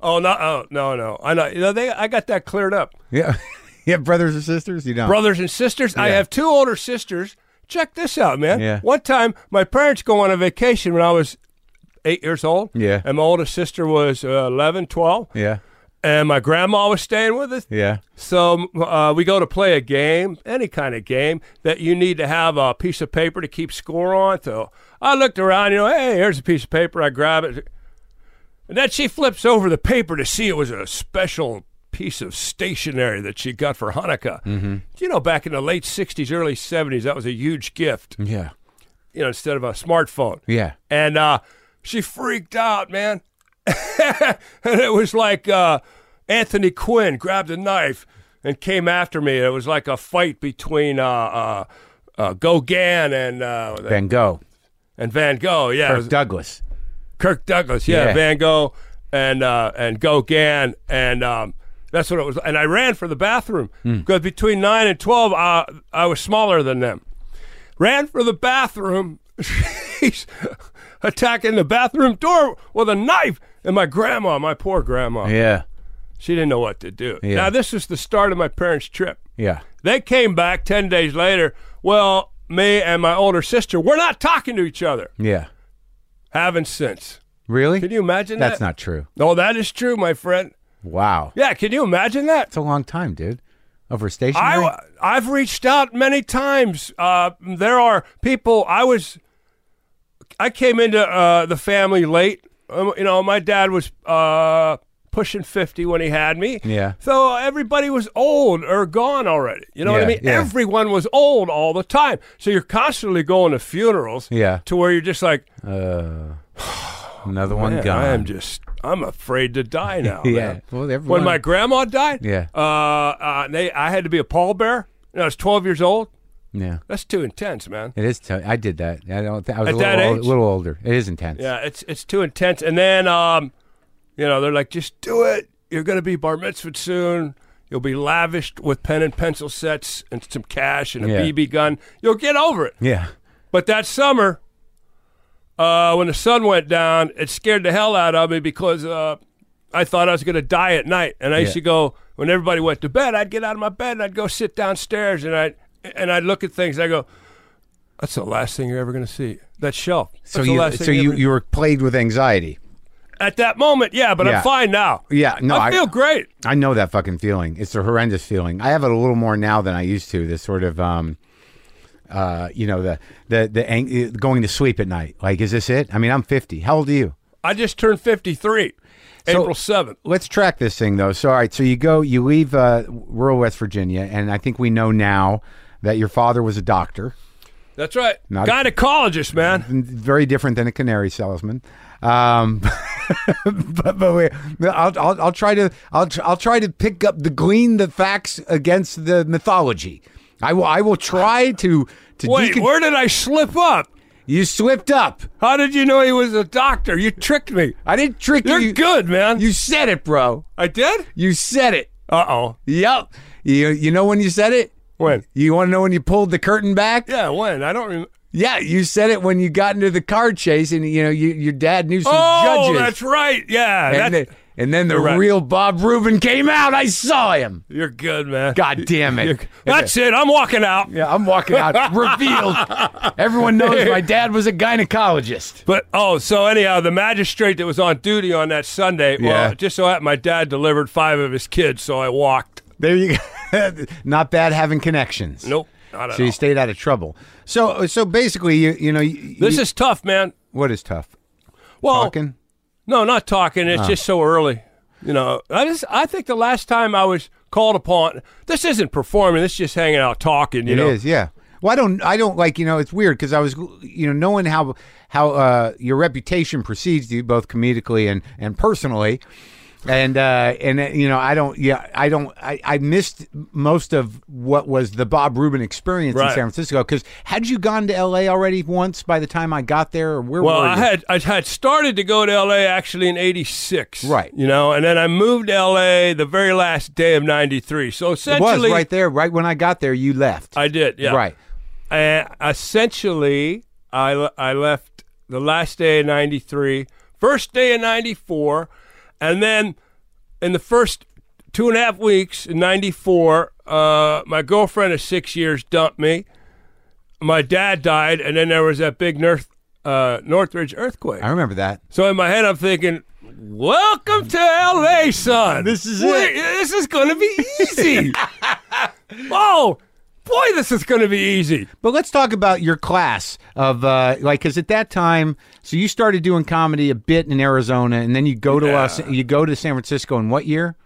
Speaker 2: Oh no, oh, no, no. I know. You know, they. I got that cleared up.
Speaker 1: Yeah, you have brothers or sisters? You don't.
Speaker 2: Brothers and sisters. I
Speaker 1: Yeah.
Speaker 2: have two older sisters. Check this out, man.
Speaker 1: Yeah.
Speaker 2: One time, my parents go on a vacation when I was eight years old.
Speaker 1: Yeah.
Speaker 2: And my oldest sister was uh, 11, 12.
Speaker 1: yeah,
Speaker 2: And my grandma was staying with us.
Speaker 1: yeah.
Speaker 2: So uh, we go to play a game, any kind of game that you need to have a piece of paper to keep score on. So I looked around, you know, hey, here's a piece of paper. I grab it, and then she flips over the paper to see it was a special piece of stationery that she got for Hanukkah. You know, back in the late '60s, early '70s, that was a huge gift.
Speaker 1: Yeah.
Speaker 2: you know, instead of a smartphone.
Speaker 1: Yeah.
Speaker 2: And uh, she freaked out, man. and it was like uh, Anthony Quinn grabbed a knife and came after me. It was like a fight between uh, uh, uh, Gauguin and uh,
Speaker 1: Van Gogh,
Speaker 2: and Van Gogh. Yeah, it
Speaker 1: Kirk
Speaker 2: was-
Speaker 1: Douglas.
Speaker 2: Kirk Douglas, yeah,
Speaker 1: Yeah.
Speaker 2: Van Gogh and uh, and Gauguin, and um, that's what it was. And I ran for the bathroom
Speaker 1: Hmm.
Speaker 2: because between nine and twelve, uh, I was smaller than them. Ran for the bathroom. She's attacking the bathroom door with a knife, and my grandma, my poor grandma,
Speaker 1: Yeah.
Speaker 2: she didn't know what to do.
Speaker 1: Yeah.
Speaker 2: Now this is the start of my parents' trip.
Speaker 1: Yeah.
Speaker 2: They came back ten days later. Well, me and my older sister, we're not talking to each other.
Speaker 1: Yeah.
Speaker 2: Haven't since.
Speaker 1: Really?
Speaker 2: Can you imagine
Speaker 1: That's
Speaker 2: that?
Speaker 1: not true.
Speaker 2: No, that is true, my friend.
Speaker 1: Wow.
Speaker 2: Yeah, can you imagine that?
Speaker 1: It's a long time, dude. Over stationary.
Speaker 2: I, wa- I've reached out many times. Uh, there are people. I was, I came into uh, the family late. Um, you know, my dad was uh, pushing fifty when he had me.
Speaker 1: Yeah.
Speaker 2: So everybody was old or gone already. You know what I
Speaker 1: Yeah,
Speaker 2: mean?
Speaker 1: yeah.
Speaker 2: Everyone was old all the time. So you're constantly going to funerals.
Speaker 1: Yeah.
Speaker 2: To where you're just like,
Speaker 1: Another one
Speaker 2: "Man,
Speaker 1: gone.
Speaker 2: I am just, I'm afraid to die now.
Speaker 1: yeah.
Speaker 2: man."
Speaker 1: Well, everyone.
Speaker 2: when my grandma died,
Speaker 1: Yeah.
Speaker 2: uh, uh, they I had to be a pallbearer. And I was 12 years old.
Speaker 1: yeah.
Speaker 2: That's too intense, man.
Speaker 1: It is. T- I did that. I don't. Th- I was
Speaker 2: At
Speaker 1: a
Speaker 2: that
Speaker 1: little, old-
Speaker 2: age?
Speaker 1: little older. It is intense.
Speaker 2: Yeah, it's it's too intense. And then, um, you know, they're like, just do it. You're gonna be bar mitzvah soon. You'll be lavished with pen and pencil sets and some cash and a
Speaker 1: Yeah.
Speaker 2: BB gun. You'll get over it.
Speaker 1: Yeah.
Speaker 2: But that summer, uh, when the sun went down, it scared the hell out of me because uh, I thought I was going to die at night. And I used
Speaker 1: Yeah.
Speaker 2: to go when everybody went to bed. I'd get out of my bed and I'd go sit downstairs and I would and I'd look at things. and I go, "That's the last thing you're ever going to see. That shelf." That's
Speaker 1: So
Speaker 2: the
Speaker 1: you.
Speaker 2: last
Speaker 1: So
Speaker 2: thing
Speaker 1: you.
Speaker 2: ever-"
Speaker 1: You were plagued with anxiety.
Speaker 2: at that moment, yeah. But
Speaker 1: Yeah.
Speaker 2: I'm fine now.
Speaker 1: Yeah. No.
Speaker 2: I, feel great.
Speaker 1: I know that fucking feeling. It's a horrendous feeling. I have it a little more now than I used to. This sort of, um, uh, you know, the the the ang- uh, going to sleep at night. Like, is this it? I mean, I'm 50. How old are you?
Speaker 2: I just turned 53,
Speaker 1: So-
Speaker 2: April 7th.
Speaker 1: Let's track this thing though. So, all right. So you go, you leave uh, rural West Virginia, and I think we know now that your father was a doctor.
Speaker 2: That's right.
Speaker 1: Not a-
Speaker 2: Gynecologist, man.
Speaker 1: very different than a canary salesman. Um, but but wait, I'll, I'll I'll try to I'll tr- I'll try to pick up the glean the facts against the mythology. I will I will try to to
Speaker 2: Wait,
Speaker 1: decon-
Speaker 2: where did I slip up?
Speaker 1: you slipped up.
Speaker 2: How did you know he was a doctor? You tricked me.
Speaker 1: I didn't trick
Speaker 2: You're
Speaker 1: you.
Speaker 2: good, man.
Speaker 1: You said it, bro.
Speaker 2: I did?
Speaker 1: You said it.
Speaker 2: Uh oh.
Speaker 1: Yep. You you know when you said it.
Speaker 2: When?
Speaker 1: You want to know when you pulled the curtain back?
Speaker 2: Yeah, when? I don't remember.
Speaker 1: Yeah, you said it when you got into the car chase, and you know you, your dad knew some
Speaker 2: Oh,
Speaker 1: judges.
Speaker 2: that's right. Yeah,
Speaker 1: and
Speaker 2: that's,
Speaker 1: then, and then the
Speaker 2: right.
Speaker 1: real Bob Rubin came out. I saw him.
Speaker 2: you're good, man.
Speaker 1: God damn
Speaker 2: You're-
Speaker 1: it.
Speaker 2: that's it. I'm walking out.
Speaker 1: Yeah, I'm walking out revealed. Everyone knows my dad was a gynecologist.
Speaker 2: But oh, so anyhow, the magistrate that was on duty on that Sunday,
Speaker 1: Yeah.
Speaker 2: well, it just so happened my dad delivered five of his kids, so I walked.
Speaker 1: There you go. Not bad having connections.
Speaker 2: Nope, not at
Speaker 1: So you
Speaker 2: all.
Speaker 1: stayed out of trouble. So so basically, you you know you,
Speaker 2: This
Speaker 1: you-
Speaker 2: is tough, man.
Speaker 1: what is tough
Speaker 2: Well,
Speaker 1: talking. Ah.
Speaker 2: no, not talking. It's just so early. You know, I just I think the last time I was called upon, this isn't performing. This is just hanging out talking. You
Speaker 1: It is,
Speaker 2: know,
Speaker 1: yeah. Well, I don't, I don't like, you know, it's weird because I was, you know, knowing how how uh, your reputation precedes you both comedically and and personally, and uh, and uh, you know, I don't, yeah, I don't, I, I missed most of what was the Bob Rubin experience in
Speaker 2: Right.
Speaker 1: San Francisco because had you gone to L.A. already once by the time I got there, or where
Speaker 2: Well,
Speaker 1: were
Speaker 2: I
Speaker 1: you?
Speaker 2: had I had started to go to L.A. actually in '86,
Speaker 1: Right.
Speaker 2: You know, and then I moved to L.A. the very last day of '93. So
Speaker 1: it was
Speaker 2: essentially,
Speaker 1: right there, right when I got there, you left,
Speaker 2: I did, yeah.
Speaker 1: right?
Speaker 2: And essentially, I le- I left the last day of '93, first day of '94, and then in the first two and a half weeks in '94, uh, my girlfriend of six years dumped me. My dad died, and then there was that big North uh, Northridge earthquake.
Speaker 1: I remember that.
Speaker 2: So in my head, I'm thinking, "Welcome to L.A., son. This
Speaker 1: is it.
Speaker 2: This is going to be easy. oh, boy, this is going to be easy.
Speaker 1: But let's talk about your class of uh, like, because at that time, so you started doing comedy a bit in Arizona, and then you go to Los, you go to San Francisco in what year?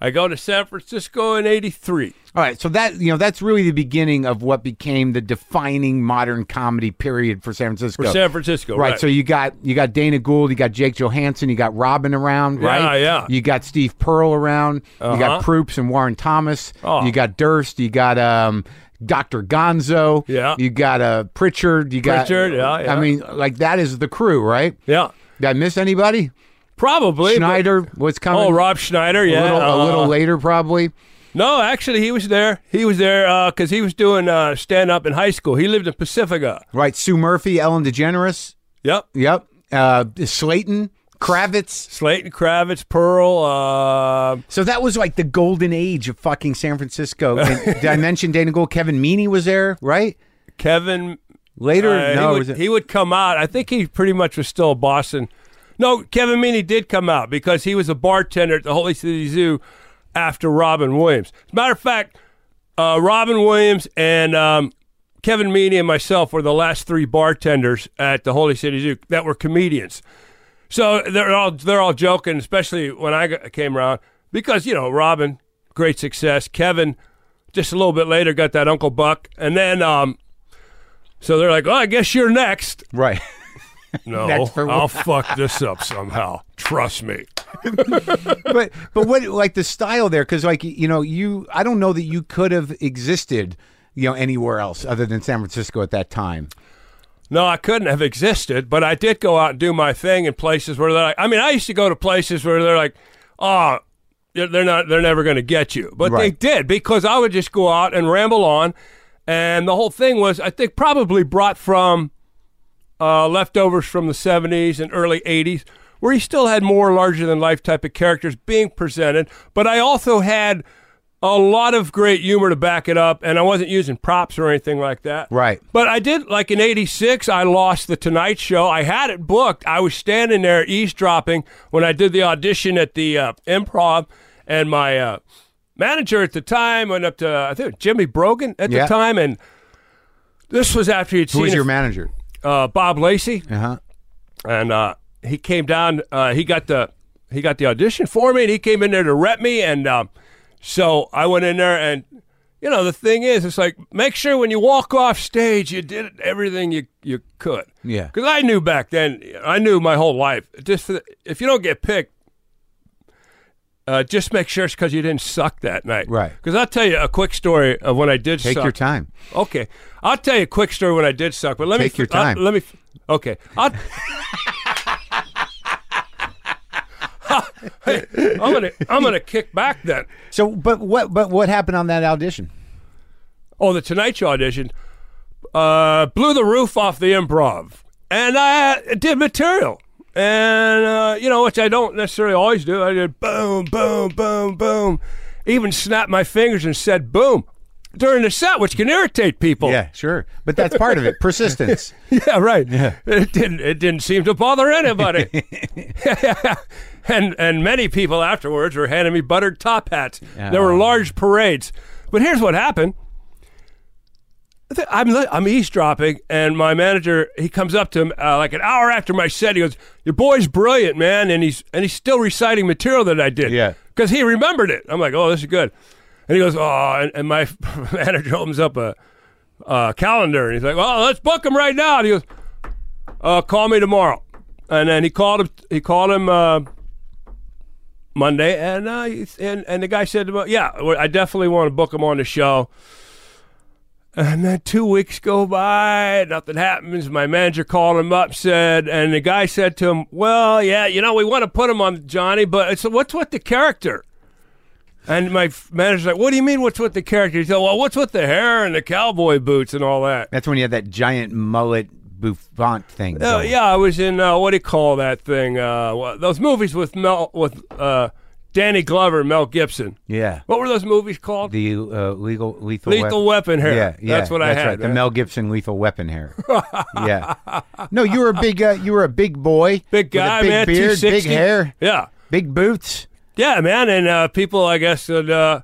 Speaker 2: I go to San Francisco in '83.
Speaker 1: All right, so that you know that's really the beginning of what became the defining modern comedy period for San Francisco.
Speaker 2: For San Francisco, right?
Speaker 1: So you got you got Dana Gould, you got Jake Johansson, you got Robin around,
Speaker 2: Yeah,
Speaker 1: right?
Speaker 2: yeah.
Speaker 1: You got Steve Pearl around. You
Speaker 2: Uh-huh.
Speaker 1: got Proops and Warren Thomas.
Speaker 2: Oh.
Speaker 1: You got Durst. You got um, Dr. Gonzo.
Speaker 2: Yeah.
Speaker 1: You got uh, Pritchard. You got
Speaker 2: Pritchard, yeah, yeah.
Speaker 1: I mean, like that is the crew, right?
Speaker 2: yeah,
Speaker 1: Did I miss anybody?
Speaker 2: probably. but-
Speaker 1: Schneider was coming.
Speaker 2: Oh, Rob Schneider.
Speaker 1: a
Speaker 2: Yeah,
Speaker 1: little, a little
Speaker 2: uh,
Speaker 1: later, probably.
Speaker 2: No, actually, he was there. He was there because he was doing uh, stand up in high school. He lived in Pacifica.
Speaker 1: Right, Sue Murphy, Ellen DeGeneres.
Speaker 2: Yep.
Speaker 1: Yep. Uh, Slayton, Kravitz.
Speaker 2: Slayton Kravitz, Pearl. Uh,
Speaker 1: So that was like the golden age of fucking San Francisco. And did I mention Dana Gould? Kevin Meaney was there, right?
Speaker 2: Kevin.
Speaker 1: Later,
Speaker 2: uh,
Speaker 1: no,
Speaker 2: he,
Speaker 1: was
Speaker 2: would,
Speaker 1: it-
Speaker 2: he would come out. I think he pretty much was still Boston. No, Kevin Meaney did come out because he was a bartender at the Holy City Zoo after Robin Williams. As a matter of fact, uh, Robin Williams and um, Kevin Meaney and myself were the last three bartenders at the Holy City Zoo that were comedians. So they're all they're all joking, especially when I got- came around because you know Robin, great success. Kevin, just a little bit later, got that Uncle Buck, and then um, so they're like, "Oh, I guess you're next."
Speaker 1: Right.
Speaker 2: No,
Speaker 1: Next for
Speaker 2: I'll fuck this up somehow. Trust me.
Speaker 1: but but what like the style there? Because like you know you I don't know that you could have existed you know anywhere else other than San Francisco at that time.
Speaker 2: No, I couldn't have existed, but I did go out and do my thing in places where they're like, I mean, I used to go to places where they're like, oh, they're they're not, they're never going to get you. But they
Speaker 1: Right.
Speaker 2: did because I would just go out and ramble on. And the whole thing was, I think, probably brought from uh, leftovers from the 70s and early 80s, where he still had more larger than life type of characters being presented. But I also had a lot of great humor to back it up, and I wasn't using props or anything like that.
Speaker 1: Right.
Speaker 2: But I did, like in 86, I lost The Tonight Show. I had it booked. I was standing there eavesdropping when I did the audition at the uh, improv, and my uh, manager at the time went up to, uh, I think, it was Jimmy Brogan at
Speaker 1: Yeah.
Speaker 2: the time, and this was after he'd
Speaker 1: Who
Speaker 2: seen
Speaker 1: was
Speaker 2: a-
Speaker 1: your manager?
Speaker 2: uh, Bob Lacey,
Speaker 1: Uh huh.
Speaker 2: and uh, he came down. Uh, he got the he got the audition for me, and he came in there to rep me. And um, so I went in there, and you know the thing is, it's like make sure when you walk off stage, you did everything you you could.
Speaker 1: Yeah.
Speaker 2: because I knew back then, I knew my whole life. Just for the, if you don't get picked. Uh, just make sure it's because you didn't suck that night,
Speaker 1: Right.
Speaker 2: Because I'll tell you a quick story of when I did
Speaker 1: Take
Speaker 2: suck.
Speaker 1: your time.
Speaker 2: Okay, I'll tell you a quick story when I did suck, but let me
Speaker 1: Take your time.
Speaker 2: I- let me. Okay, I'll. Hey, I'm gonna I'm gonna kick back then.
Speaker 1: So, but what but what happened on that audition?
Speaker 2: Oh, the Tonight Show audition uh, blew the roof off the improv, and I uh, did material, and uh, you know which I don't necessarily always do. I did boom, boom, boom, boom, even snapped my fingers and said boom during the set, which can irritate people.
Speaker 1: Yeah, sure. But that's part of it. Persistence.
Speaker 2: Yeah, right. It didn't. It didn't seem to bother anybody. and and many people afterwards were handing me buttered top hats. There were
Speaker 1: Oh.
Speaker 2: large parades. But here's what happened. Th- I'm li- I'm eavesdropping, and my manager he comes up to him uh, like an hour after my set. He goes, "Your boy's brilliant, man," and he's and he's still reciting material that I did.
Speaker 1: Yeah.
Speaker 2: because he remembered it. I'm like, "Oh, this is good," and he goes, "Oh," and, and my manager opens up a uh, calendar, and he's like, "Well, let's book him right now." And he goes, uh, "Call me tomorrow," and then he called him. He called him uh, Monday, and uh, he- and and the guy said, well, "Yeah, well, I definitely want to book him on the show." And then two weeks go by, nothing happens. My manager called him up, said, and the guy said to him, "Well, yeah, you know, we want to put him on Johnny, but it's what's with the character." And my f- manager's like, "What do you mean? What's with the character?" He said, "Well, what's with the hair and the cowboy boots and all that?"
Speaker 1: That's when you had that giant mullet bouffant thing.
Speaker 2: Uh,
Speaker 1: going.
Speaker 2: yeah, I was in uh, what do you call that thing? Uh, wha- those movies with Mel with uh, Danny Glover, and Mel Gibson.
Speaker 1: Yeah.
Speaker 2: What were those movies called?
Speaker 1: The uh, legal lethal
Speaker 2: Lethal
Speaker 1: Wep-
Speaker 2: Weapon hair.
Speaker 1: Yeah, yeah,
Speaker 2: that's what I had.
Speaker 1: Right, the Mel Gibson lethal weapon hair. yeah. No, you were a big. Uh, you were a big boy.
Speaker 2: big
Speaker 1: with a
Speaker 2: guy,
Speaker 1: big
Speaker 2: man,
Speaker 1: Beard, big
Speaker 2: 260.
Speaker 1: hair,
Speaker 2: Yeah,
Speaker 1: big boots.
Speaker 2: yeah, man, and uh, people, I guess, that uh,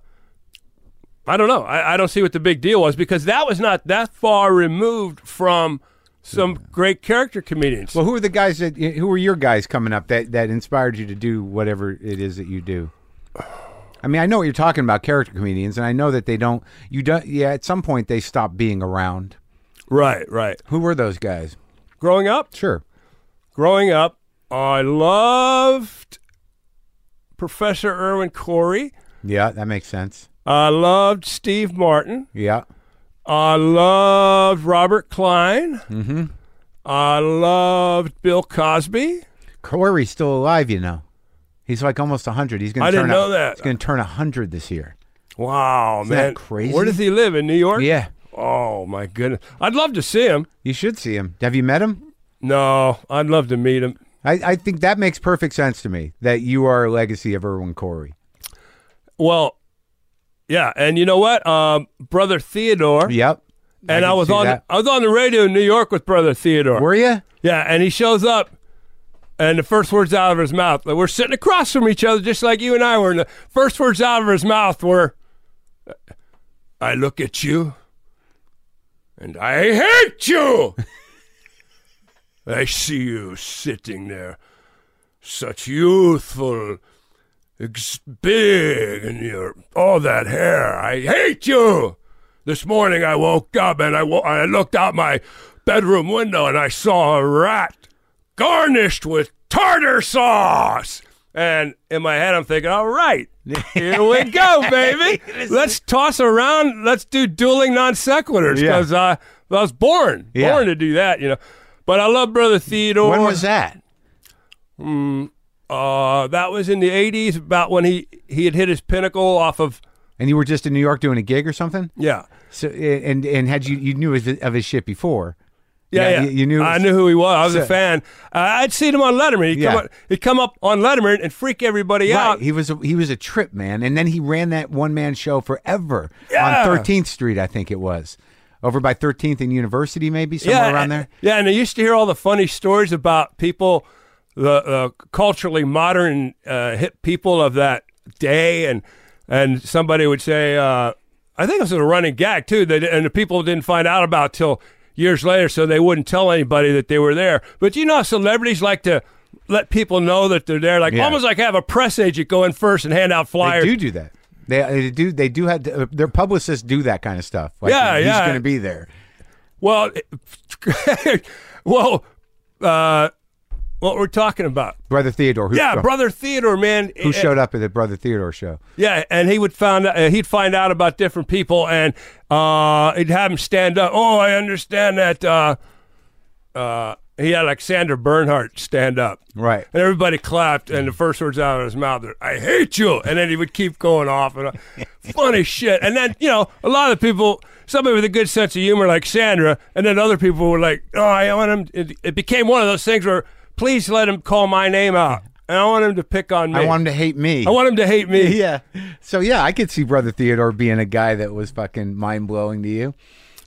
Speaker 2: I don't know. I, I don't see what the big deal was because that was not that far removed from some great character comedians.
Speaker 1: Well, who were the guys that? Who were your guys coming up that that inspired you to do whatever it is that you do? I mean, I know what you're talking about, character comedians, and I know that they don't. You don't. Yeah, at some point they stop being around.
Speaker 2: Right, right.
Speaker 1: Who were those guys?
Speaker 2: Growing up,
Speaker 1: Sure.
Speaker 2: growing up, I loved Professor Irwin Corey.
Speaker 1: Yeah, that makes sense.
Speaker 2: I loved Steve Martin.
Speaker 1: Yeah.
Speaker 2: I loved Robert Klein. Mm-hmm. I loved Bill Cosby.
Speaker 1: Corey's still alive, you know. He's like almost 100. He's going to
Speaker 2: I
Speaker 1: turn
Speaker 2: didn't know
Speaker 1: a-
Speaker 2: that.
Speaker 1: He's going to turn 100 this year.
Speaker 2: Wow,
Speaker 1: that
Speaker 2: man,
Speaker 1: crazy?
Speaker 2: Where does he live? In New York?
Speaker 1: Yeah.
Speaker 2: Oh my goodness, I'd love to see him.
Speaker 1: You should see him. Have you met him?
Speaker 2: No, I'd love to meet him.
Speaker 1: I, I think that makes perfect sense to me that you are a legacy of Irwin Corey.
Speaker 2: Well, yeah, and you know what, um, brother Theodore.
Speaker 1: Yep.
Speaker 2: and I,
Speaker 1: can
Speaker 2: was
Speaker 1: see
Speaker 2: on
Speaker 1: that.
Speaker 2: I was on the radio in New York with brother Theodore.
Speaker 1: Were you?
Speaker 2: yeah, and he shows up. And the first words out of his mouth, like, we're sitting across from each other, just like you and I were. And the first words out of his mouth were, I look at you and I hate you. I see you sitting there, such youthful, ex- big, and your all that hair. I hate you. This morning I woke up and I, wo- I looked out my bedroom window and I saw a rat garnished with tartar sauce. And in my head, I'm thinking, all right, here we go, baby. Let's toss around. Let's do dueling non sequiturs
Speaker 1: Yeah.
Speaker 2: because uh, I was born,
Speaker 1: Yeah.
Speaker 2: born to do that, you know. But I love Brother Theodore.
Speaker 1: When was that?
Speaker 2: Uh, that was in the '80s, about when he he had hit his pinnacle off of
Speaker 1: And you were just in New York doing a gig or something?
Speaker 2: yeah.
Speaker 1: So and and had you you knew of his, of his shit before?
Speaker 2: Yeah, yeah.
Speaker 1: You, you knew.
Speaker 2: I knew who he was. I was
Speaker 1: So-
Speaker 2: a fan. Uh, I'd seen him on Letterman. He'd,
Speaker 1: Yeah.
Speaker 2: come up, he'd come up on Letterman and freak everybody
Speaker 1: Right.
Speaker 2: out.
Speaker 1: He was a, he was a trip man, and then he ran that one man show forever
Speaker 2: Yeah.
Speaker 1: on Thirteenth Street, I think it was, over by Thirteenth and University, maybe somewhere
Speaker 2: yeah,
Speaker 1: around there.
Speaker 2: Yeah, and I used to hear all the funny stories about people, the uh, culturally modern uh, hip people of that day, and and somebody would say, uh, I think this was a running gag too, that, and the people didn't find out about till years later, so they wouldn't tell anybody that they were there. But you know, how celebrities like to. Let people know that they're there, like
Speaker 1: Yeah.
Speaker 2: almost like have a press agent go in first and hand out
Speaker 1: They
Speaker 2: flyers.
Speaker 1: do do that. They, uh, they do. They do have to, uh, their publicists do that kind of stuff. Like,
Speaker 2: Yeah,
Speaker 1: he's
Speaker 2: yeah.
Speaker 1: going to be there.
Speaker 2: Well, it- well, uh, what we're talking about?
Speaker 1: Brother Theodore, who,
Speaker 2: Yeah, brother Theodore, man. eh,
Speaker 1: who showed up at the Brother Theodore show.
Speaker 2: Yeah, and he would find uh, he'd find out about different people, and uh, he'd have him stand up. Oh, I understand that. Uh, uh, he had like Sandra Bernhardt stand up,
Speaker 1: Right.
Speaker 2: and everybody clapped, and the first words out of his mouth were, "I hate you," and then he would keep going off and uh, funny shit. And then you know, a lot of people, somebody with a good sense of humor like Sandra, and then other people were like, "Oh, I want him." It, it became one of those things where, please let him call my name out, and I want him to pick on me.
Speaker 1: I want him to hate me.
Speaker 2: I want him to hate me.
Speaker 1: yeah. So yeah, I could see Brother Theodore being a guy that was fucking mind blowing to you,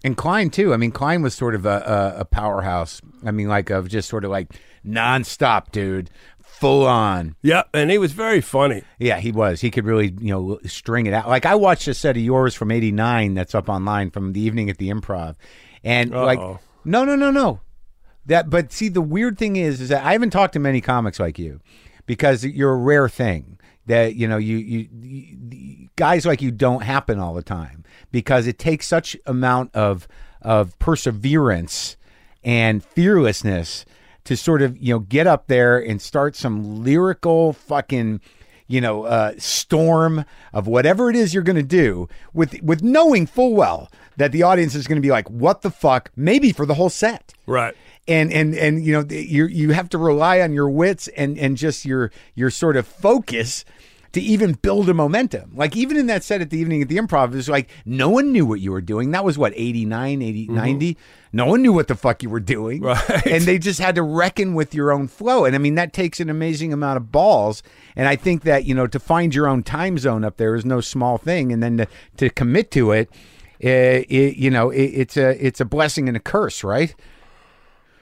Speaker 1: and Klein too. I mean, Klein was sort of a, a, a powerhouse. I mean, like of just sort of like nonstop, dude, full on.
Speaker 2: Yep, and he was very funny.
Speaker 1: Yeah, he was. He could really you know string it out. Like I watched a set of yours from '89 that's up online from the evening at the Improv, and like
Speaker 2: Uh-oh.
Speaker 1: no, no, no, no. That but see the weird thing is is that I haven't talked to many comics like you because you're a rare thing that you know you you, you guys like you don't happen all the time because it takes such amount of of perseverance and fearlessness to sort of you know get up there and start some lyrical fucking you know uh, storm of whatever it is you're going to do with with knowing full well that the audience is going to be like what the fuck maybe for the whole set
Speaker 2: Right.
Speaker 1: and and and you know you you have to rely on your wits and and just your your sort of focus to even build a momentum like even in that set at the evening at the improv it was like no one knew what you were doing that was what 89 80 90 no one knew what the fuck you were doing
Speaker 2: Right.
Speaker 1: and they just had to reckon with your own flow and i mean that takes an amazing amount of balls and i think that you know to find your own time zone up there is no small thing and then to, to commit to it eh, it, you know, it, it's a it's a blessing and a curse, right?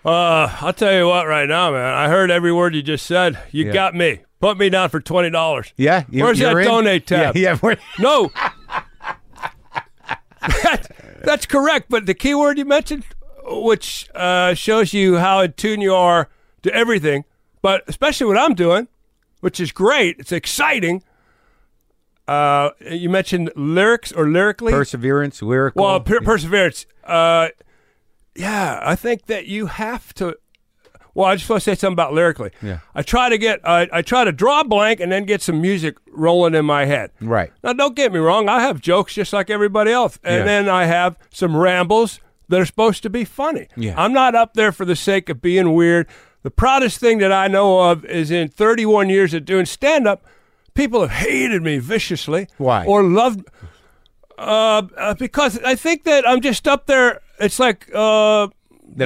Speaker 2: Uh, I'll tell you what, right now, man. I heard every word you just said. You
Speaker 1: Yeah.
Speaker 2: got me. Put me down for twenty dollars.
Speaker 1: Yeah. you-
Speaker 2: Where's
Speaker 1: you're
Speaker 2: that
Speaker 1: in?
Speaker 2: donate tab?
Speaker 1: Yeah. yeah where-
Speaker 2: No. that, that's correct. But the key word you mentioned, which uh, shows you how in tune you are to everything, but especially what I'm doing, which is great. It's exciting. Uh, you mentioned lyrics or lyrically.
Speaker 1: Perseverance, lyrical.
Speaker 2: well, per- perseverance. Uh, yeah, I think that you have to. Well, I just want to say something about lyrically.
Speaker 1: Yeah.
Speaker 2: I try to get. I I try to draw a blank and then get some music rolling in my head.
Speaker 1: right.
Speaker 2: Now, don't get me wrong. I have jokes just like everybody else, and
Speaker 1: Yeah.
Speaker 2: then I have some rambles that are supposed to be funny.
Speaker 1: Yeah.
Speaker 2: I'm not up there for the sake of being weird. The proudest thing that I know of is in 31 years of doing stand up, people have hated me viciously.
Speaker 1: Why?
Speaker 2: Or loved. Uh, uh, because I think that I'm just up there. It's like uh,
Speaker 1: They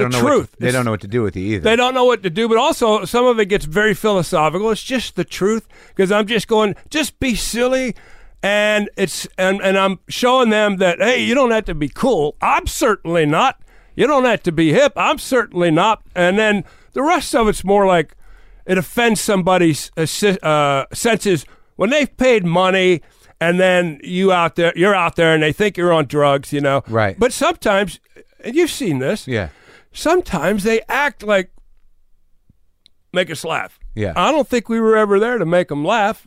Speaker 2: the
Speaker 1: don't know
Speaker 2: truth.
Speaker 1: What, they
Speaker 2: It's-
Speaker 1: don't know what to do with you either.
Speaker 2: they don't know what to do, but also some of it gets very philosophical. It's just the truth because I'm just going, just be silly, and it's and and I'm showing them that hey, you don't have to be cool. I'm certainly not. You don't have to be hip. I'm certainly not. And then the rest of it's more like it offends somebody's uh, si- uh, senses when they've paid money. And then you out there, you're out there, and they think you're on drugs, you know.
Speaker 1: Right.
Speaker 2: But sometimes, and you've seen this
Speaker 1: yeah.
Speaker 2: sometimes they act like make us laugh.
Speaker 1: Yeah.
Speaker 2: I don't think we were ever there to make them laugh.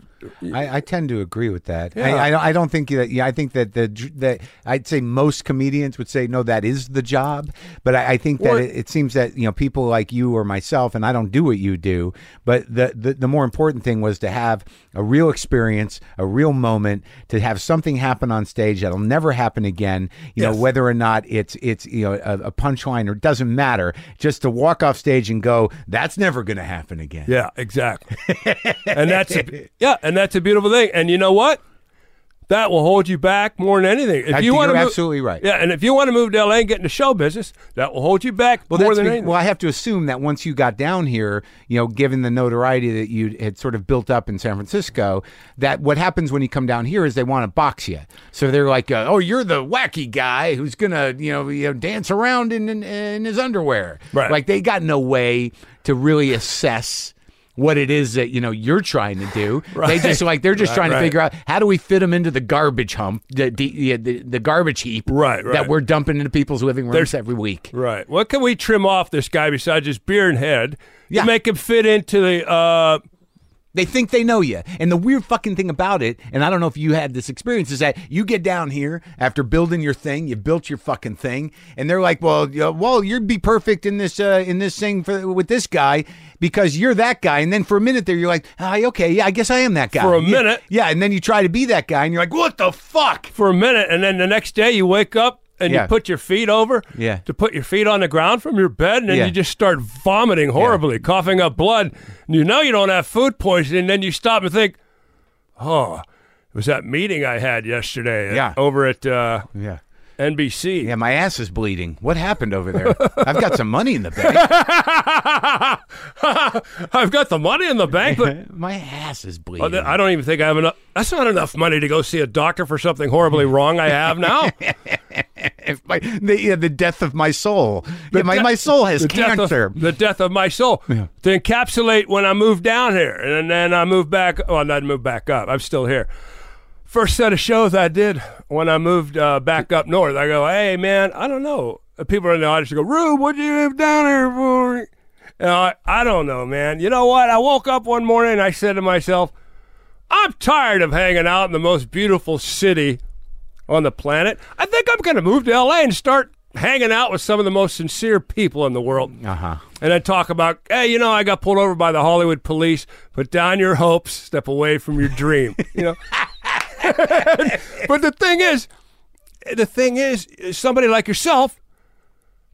Speaker 1: I, I tend to agree with that.
Speaker 2: Yeah.
Speaker 1: I, I, don't- I don't think that. Yeah, I think that the dr- that I'd say most comedians would say no, that is the job. But I, I think that
Speaker 2: Well-
Speaker 1: it, it seems that you know people like you or myself, and I don't do what you do. But the, the the more important thing was to have a real experience, a real moment, to have something happen on stage that'll never happen again. You
Speaker 2: Yes.
Speaker 1: know whether or not it's it's you know a, a punchline or it doesn't matter. Just to walk off stage and go, that's never going to happen again.
Speaker 2: Yeah, exactly. and that's a, yeah, and that's a beautiful thing. And you know what? That will hold you back more than anything. If
Speaker 1: I
Speaker 2: you
Speaker 1: think
Speaker 2: want to
Speaker 1: you're
Speaker 2: move,
Speaker 1: absolutely right.
Speaker 2: Yeah, and if you want to move to LA and get into show business, that will hold you back
Speaker 1: Well,
Speaker 2: more
Speaker 1: that's
Speaker 2: than
Speaker 1: be-
Speaker 2: anything.
Speaker 1: well, I have to assume that once you got down here, you know, given the notoriety that you had sort of built up in San Francisco, that what happens when you come down here is they want to box you. So they're like, uh, "Oh, you're the wacky guy who's gonna, you know, you know dance around in in, in his underwear."
Speaker 2: Right.
Speaker 1: Like they got no way to really assess. What it is that you know you're trying to do? They just like they're just trying to
Speaker 2: right.
Speaker 1: figure out how do we fit them into the garbage hump, the the, the, the garbage heap
Speaker 2: Right, right.
Speaker 1: that we're dumping into people's living rooms every week.
Speaker 2: Right. What can we trim off this guy besides his beard and head
Speaker 1: Yeah.
Speaker 2: to make him fit into the uh,
Speaker 1: They think they know you. And the weird fucking thing about it, and I don't know if you had this experience, is that you get down here after building your thing, you built your fucking thing, and they're like, "Well, you well, you'd be perfect in this uh, in this thing for, with this guy because you're that guy." And then for a minute there, you're like, "Ah, okay, yeah, I guess I am that guy."
Speaker 2: For a
Speaker 1: Yeah.
Speaker 2: minute.
Speaker 1: yeah. And then you try to be that guy, and you're like, "What the fuck?"
Speaker 2: for a minute, and then the next day you wake up and
Speaker 1: Yeah.
Speaker 2: you put your feet over
Speaker 1: Yeah.
Speaker 2: to put your feet on the ground from your bed, and then
Speaker 1: Yeah.
Speaker 2: you just start vomiting horribly, coughing up blood. And you know you don't have food poisoning, and then you stop and think, oh, it was that meeting I had yesterday at-
Speaker 1: Yeah.
Speaker 2: over at uh,
Speaker 1: Yeah.
Speaker 2: NBC.
Speaker 1: Yeah, my ass is bleeding. What happened over there? I've got some money in the bank.
Speaker 2: I've got the money in the bank, but
Speaker 1: My ass is bleeding.
Speaker 2: Oh, th- I don't even think I have enough. That's not enough money to go see a doctor for something horribly wrong I have now.
Speaker 1: If my, the, yeah, the death of my soul. Yeah, my, my soul has cancer.
Speaker 2: Death of, the death of my soul. To encapsulate when I moved down here, and then I moved back. Well, not moved back up. I'm still here. First set of shows I did when I moved uh, back up north. I go, hey man, I don't know. And People in the audience go, Rube, what would you live down here for? And I, I don't know, man. You know what? I woke up one morning and I said to myself, I'm tired of hanging out in the most beautiful city on the planet. I think I'm going to move to LA and start hanging out with some of the most sincere people in the world.
Speaker 1: Uh huh.
Speaker 2: And then talk about, hey, you know, I got pulled over by the Hollywood police. Put down your hopes, step away from your dream. You know. but the thing is, the thing is, somebody like yourself,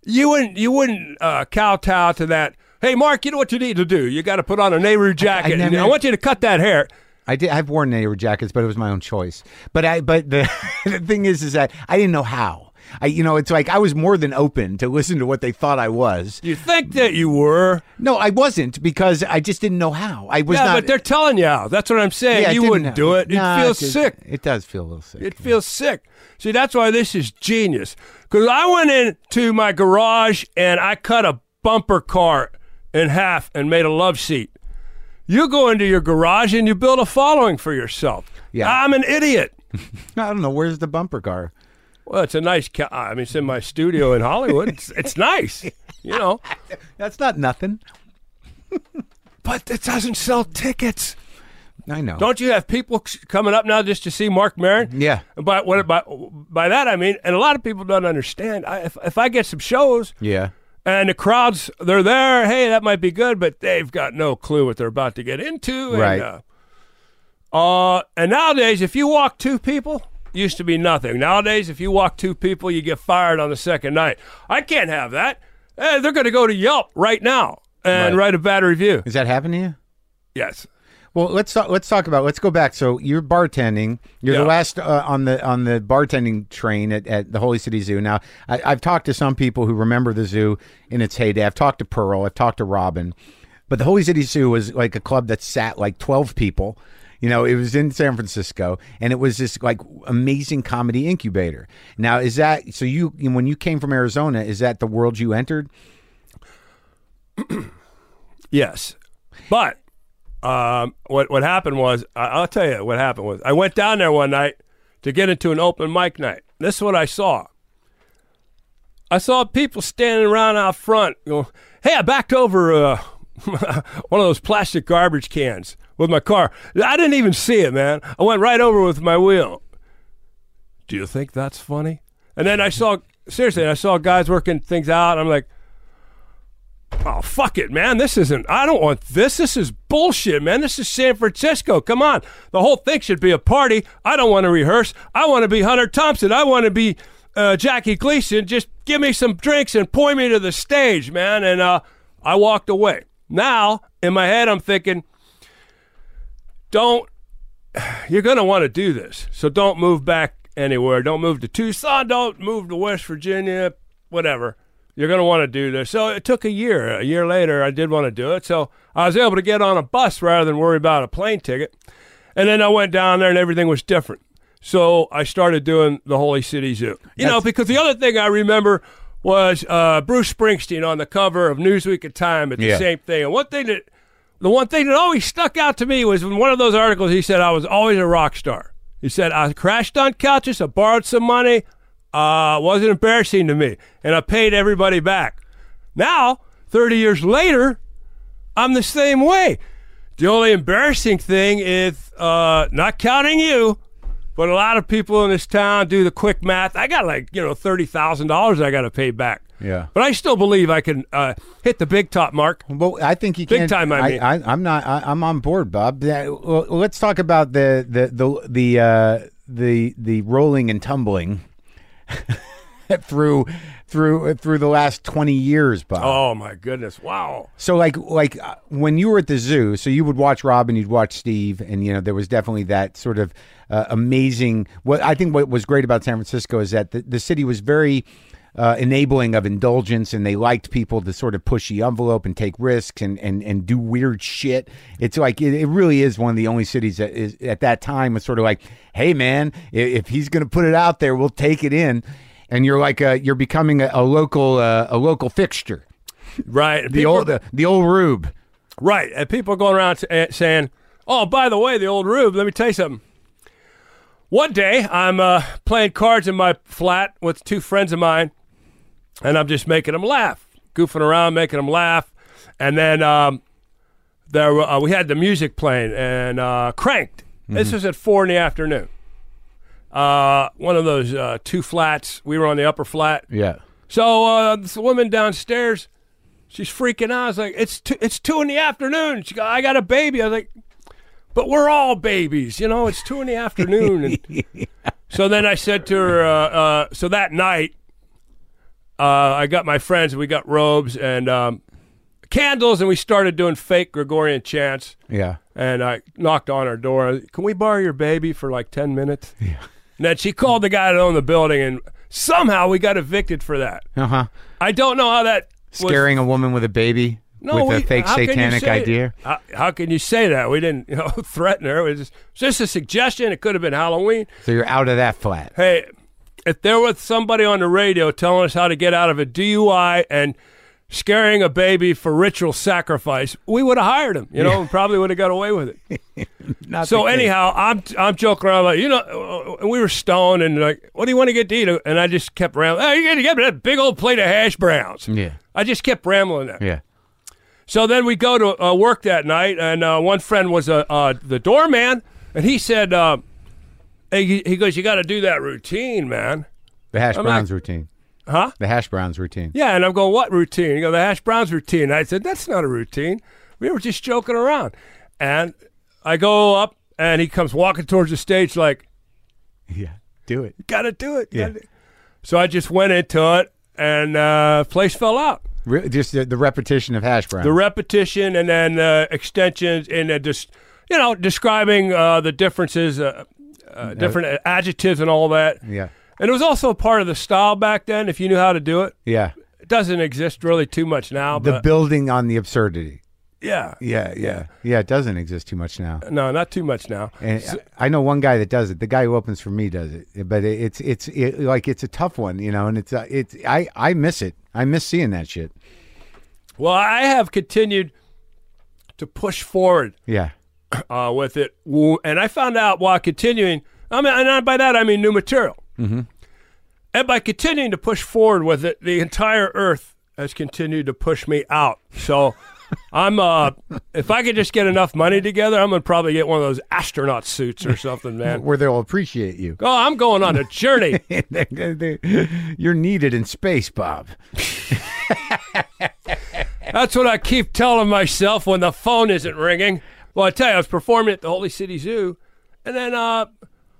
Speaker 2: you wouldn't, you wouldn't uh, kowtow to that. Hey, Mark, you know what you need to do? You got to put on a Nehru jacket. and I,
Speaker 1: never-
Speaker 2: want you to cut that hair.
Speaker 1: I did. I've worn Nehru jackets, but it was my own choice. But I. But the the thing is, is that I didn't know how. I, you know, it's like I was more than open to listen to what they thought I was.
Speaker 2: You think that you were,
Speaker 1: No, I wasn't because I just didn't know how. I was
Speaker 2: yeah,
Speaker 1: not.
Speaker 2: but they're telling you how. That's what I'm saying.
Speaker 1: I
Speaker 2: you
Speaker 1: didn't
Speaker 2: wouldn't
Speaker 1: know.
Speaker 2: do it.
Speaker 1: Nah,
Speaker 2: it feels
Speaker 1: just-
Speaker 2: sick.
Speaker 1: It does feel a little sick.
Speaker 2: It feels sick. See, that's why this is genius. Because I went into my garage and I cut a bumper car in half and made a love seat. You go into your garage and you build a following for yourself.
Speaker 1: Yeah.
Speaker 2: I'm an idiot.
Speaker 1: I don't know. Where's the bumper car?
Speaker 2: Well, it's a nice. Ca- I mean, it's in my studio in Hollywood. It's, it's nice, you know,
Speaker 1: That's not nothing.
Speaker 2: but it doesn't sell tickets.
Speaker 1: I know.
Speaker 2: Don't you have people c- coming up now just to see Mark Maron?
Speaker 1: Yeah.
Speaker 2: By what by, by that I mean, and a lot of people don't understand. I, if, if I get some shows
Speaker 1: Yeah.
Speaker 2: and the crowds they're there, hey, that might be good, but they've got no clue what they're about to get into. And,
Speaker 1: Right.
Speaker 2: Uh, uh, and nowadays, if you walk two people, used to be nothing. Nowadays, if you walk two people, you get fired on the second night. I can't have that. Eh, they're going to go to Yelp right now and
Speaker 1: Right.
Speaker 2: write a bad review.
Speaker 1: Is that happening to you?
Speaker 2: Yes.
Speaker 1: Well, let's talk, let's talk about let's go back. So you're bartending. You're the
Speaker 2: Yeah.
Speaker 1: last uh, on the on the bartending train at, at the Holy City Zoo. Now I, I've talked to some people who remember the zoo in its heyday. I've talked to Pearl. I've talked to Robin, but the Holy City Zoo was like a club that sat like twelve people. You know, it was in San Francisco, and it was this like amazing comedy incubator. Now, is that so? You when you came from Arizona, is that the world you entered?
Speaker 2: Yes, but um, what what happened was I, I'll tell you what happened was I went down there one night to get into an open mic night. This is what I saw. I saw people standing around out front. Going, hey, I backed over uh, one of those plastic garbage cans with my car. I didn't even see it, man. I went right over with my wheel. Do you think that's funny? And then I saw seriously, I saw guys working things out. and I'm like, Oh fuck it, man! This isn't. I don't want this. This is bullshit, man. This is San Francisco. Come on, the whole thing should be a party. I don't want to rehearse. I want to be Hunter Thompson. I want to be uh, Jackie Gleason. Just give me some drinks and point me to the stage, man. And uh, I walked away. Now in my head, I'm thinking, don't you're going to want to do this. So don't move back anywhere. Don't move to Tucson. Don't move to West Virginia, whatever. You're going to want to do this. So it took a year. A year later, I did want to do it. So I was able to get on a bus rather than worry about a plane ticket. And then I went down there and everything was different. So I started doing the Holy City Zoo. You know, because the other thing I remember was uh, Bruce Springsteen on the cover of Newsweek and Time at the
Speaker 1: Yeah.
Speaker 2: same thing. And one thing that the one thing that always stuck out to me was in one of those articles he said I was always a rock star. He said I crashed on couches, I borrowed some money, uh, wasn't embarrassing to me, and I paid everybody back. Now, 30 years later, I'm the same way. The only embarrassing thing is uh, not counting you, but a lot of people in this town do the quick math. I got like you know thirty thousand dollars I got to pay back.
Speaker 1: Yeah.
Speaker 2: but I still believe I can uh, hit the big top mark.
Speaker 1: Well, I think you
Speaker 2: Big
Speaker 1: can.
Speaker 2: time, I mean.
Speaker 1: I, I'm not. I, I'm on board, Bob. Yeah, well, let's talk about the the the the uh, the, the rolling and tumbling through through through the last twenty years, Bob.
Speaker 2: Oh my goodness! Wow.
Speaker 1: So like like uh, when you were at the zoo, so you would watch Rob and you'd watch Steve, and you know there was definitely that sort of uh, amazing. What I think what was great about San Francisco is that the, the city was very. Uh, enabling of indulgence, and they liked people to sort of push the envelope and take risks and, and, and do weird shit. It's like it, it really is one of the only cities that is at that time was sort of like, hey man, i- if he's gonna put it out there, we'll take it in. And you're like a, you're becoming a, a local uh, a local fixture
Speaker 2: Right.
Speaker 1: the old uh, the, the old rube.
Speaker 2: Right. And people are going around sa- saying, oh, by the way, the old Rube, let me tell you something. One day, I'm uh, playing cards in my flat with two friends of mine, and I'm just making them laugh, goofing around, making them laugh. And then um, there were- uh, we had the music playing and uh, cranked. This
Speaker 1: Mm-hmm.
Speaker 2: was at four in the afternoon. Uh, one of those uh, two flats. We were on the upper flat.
Speaker 1: Yeah.
Speaker 2: So uh, this woman downstairs, she's freaking out. I was like, "It's two, it's two in the afternoon." She go, "I got a baby." I was like, "But we're all babies, you know. It's two in the afternoon." And so then I said to her, uh, uh, "So that night, uh, I got my friends. and We got robes and um, candles, and we started doing fake Gregorian chants."
Speaker 1: Yeah.
Speaker 2: and I knocked on her door. Can we borrow your baby for like ten minutes? Yeah. And then she called the guy that owned the building, and somehow we got evicted for that.
Speaker 1: Uh huh.
Speaker 2: I don't know how that was-
Speaker 1: Scaring a woman with a baby
Speaker 2: No,
Speaker 1: with
Speaker 2: we-
Speaker 1: a fake
Speaker 2: how can you
Speaker 1: satanic
Speaker 2: say-
Speaker 1: idea.
Speaker 2: How, how can you say that? We didn't, you know, threaten her. It was just, it's just a suggestion. It could have been Halloween.
Speaker 1: So you're out of that flat.
Speaker 2: Hey, if there was somebody on the radio telling us how to get out of a DUI and scaring a baby for ritual sacrifice, we would have hired him. You know, and probably would have got away with it.
Speaker 1: Not
Speaker 2: So
Speaker 1: the case.
Speaker 2: anyhow, I'm I'm joking around like you know, and we were stoned and like, what do you want to get to eat? And I just kept rambling. Oh, you got to get me that big old plate of hash browns.
Speaker 1: Yeah.
Speaker 2: I just kept rambling that.
Speaker 1: Yeah.
Speaker 2: So then we go to uh, work that night, and uh, one friend was uh, uh, the doorman, and he said, uh, he, he goes, you got to do that routine, man.
Speaker 1: The hash
Speaker 2: not-
Speaker 1: browns routine.
Speaker 2: Huh?
Speaker 1: The hash browns routine.
Speaker 2: Yeah, and I'm going, what routine? You go, the hash browns routine. I said, that's not a routine. We were just joking around. And I go up, and he comes walking towards the stage like,
Speaker 1: Yeah. Do it.
Speaker 2: got to do it. gotta do- So I just went into it, and uh, place fell out.
Speaker 1: Re- just the, the repetition of hash browns.
Speaker 2: The repetition and then uh, extensions and uh, just, you know, describing uh, the differences, uh, uh, different adjectives and all that.
Speaker 1: yeah.
Speaker 2: And it was also a part of the style back then, if you knew how to do it.
Speaker 1: Yeah.
Speaker 2: It doesn't exist really too much now,
Speaker 1: The
Speaker 2: but
Speaker 1: building on the absurdity.
Speaker 2: Uh, yeah. Uh,
Speaker 1: Yeah, yeah. Yeah, it doesn't exist too much now.
Speaker 2: No, not too much now.
Speaker 1: And I I know one guy that does it. The guy who opens for me does it, but it, it's it's it, like it's a tough one, you know. And it's uh, it's I I miss it. I miss seeing that shit.
Speaker 2: Well, I have continued to push forward
Speaker 1: Yeah,
Speaker 2: uh, with it, Wo- and I found out while continuing. I mean, and I- by that I mean new material. Mm-hmm. And by continuing to push forward with it, the entire earth has continued to push me out. So, I'm uh, if I could just get enough money together, I'm gonna probably get one of those astronaut suits or something, man.
Speaker 1: where they'll appreciate you.
Speaker 2: Oh, I'm going on a journey.
Speaker 1: They- they- You're needed in space, Bob.
Speaker 2: That's what I keep telling myself when the phone isn't ringing. Well, I tell you, I was performing at the Holy City Zoo, and then uh,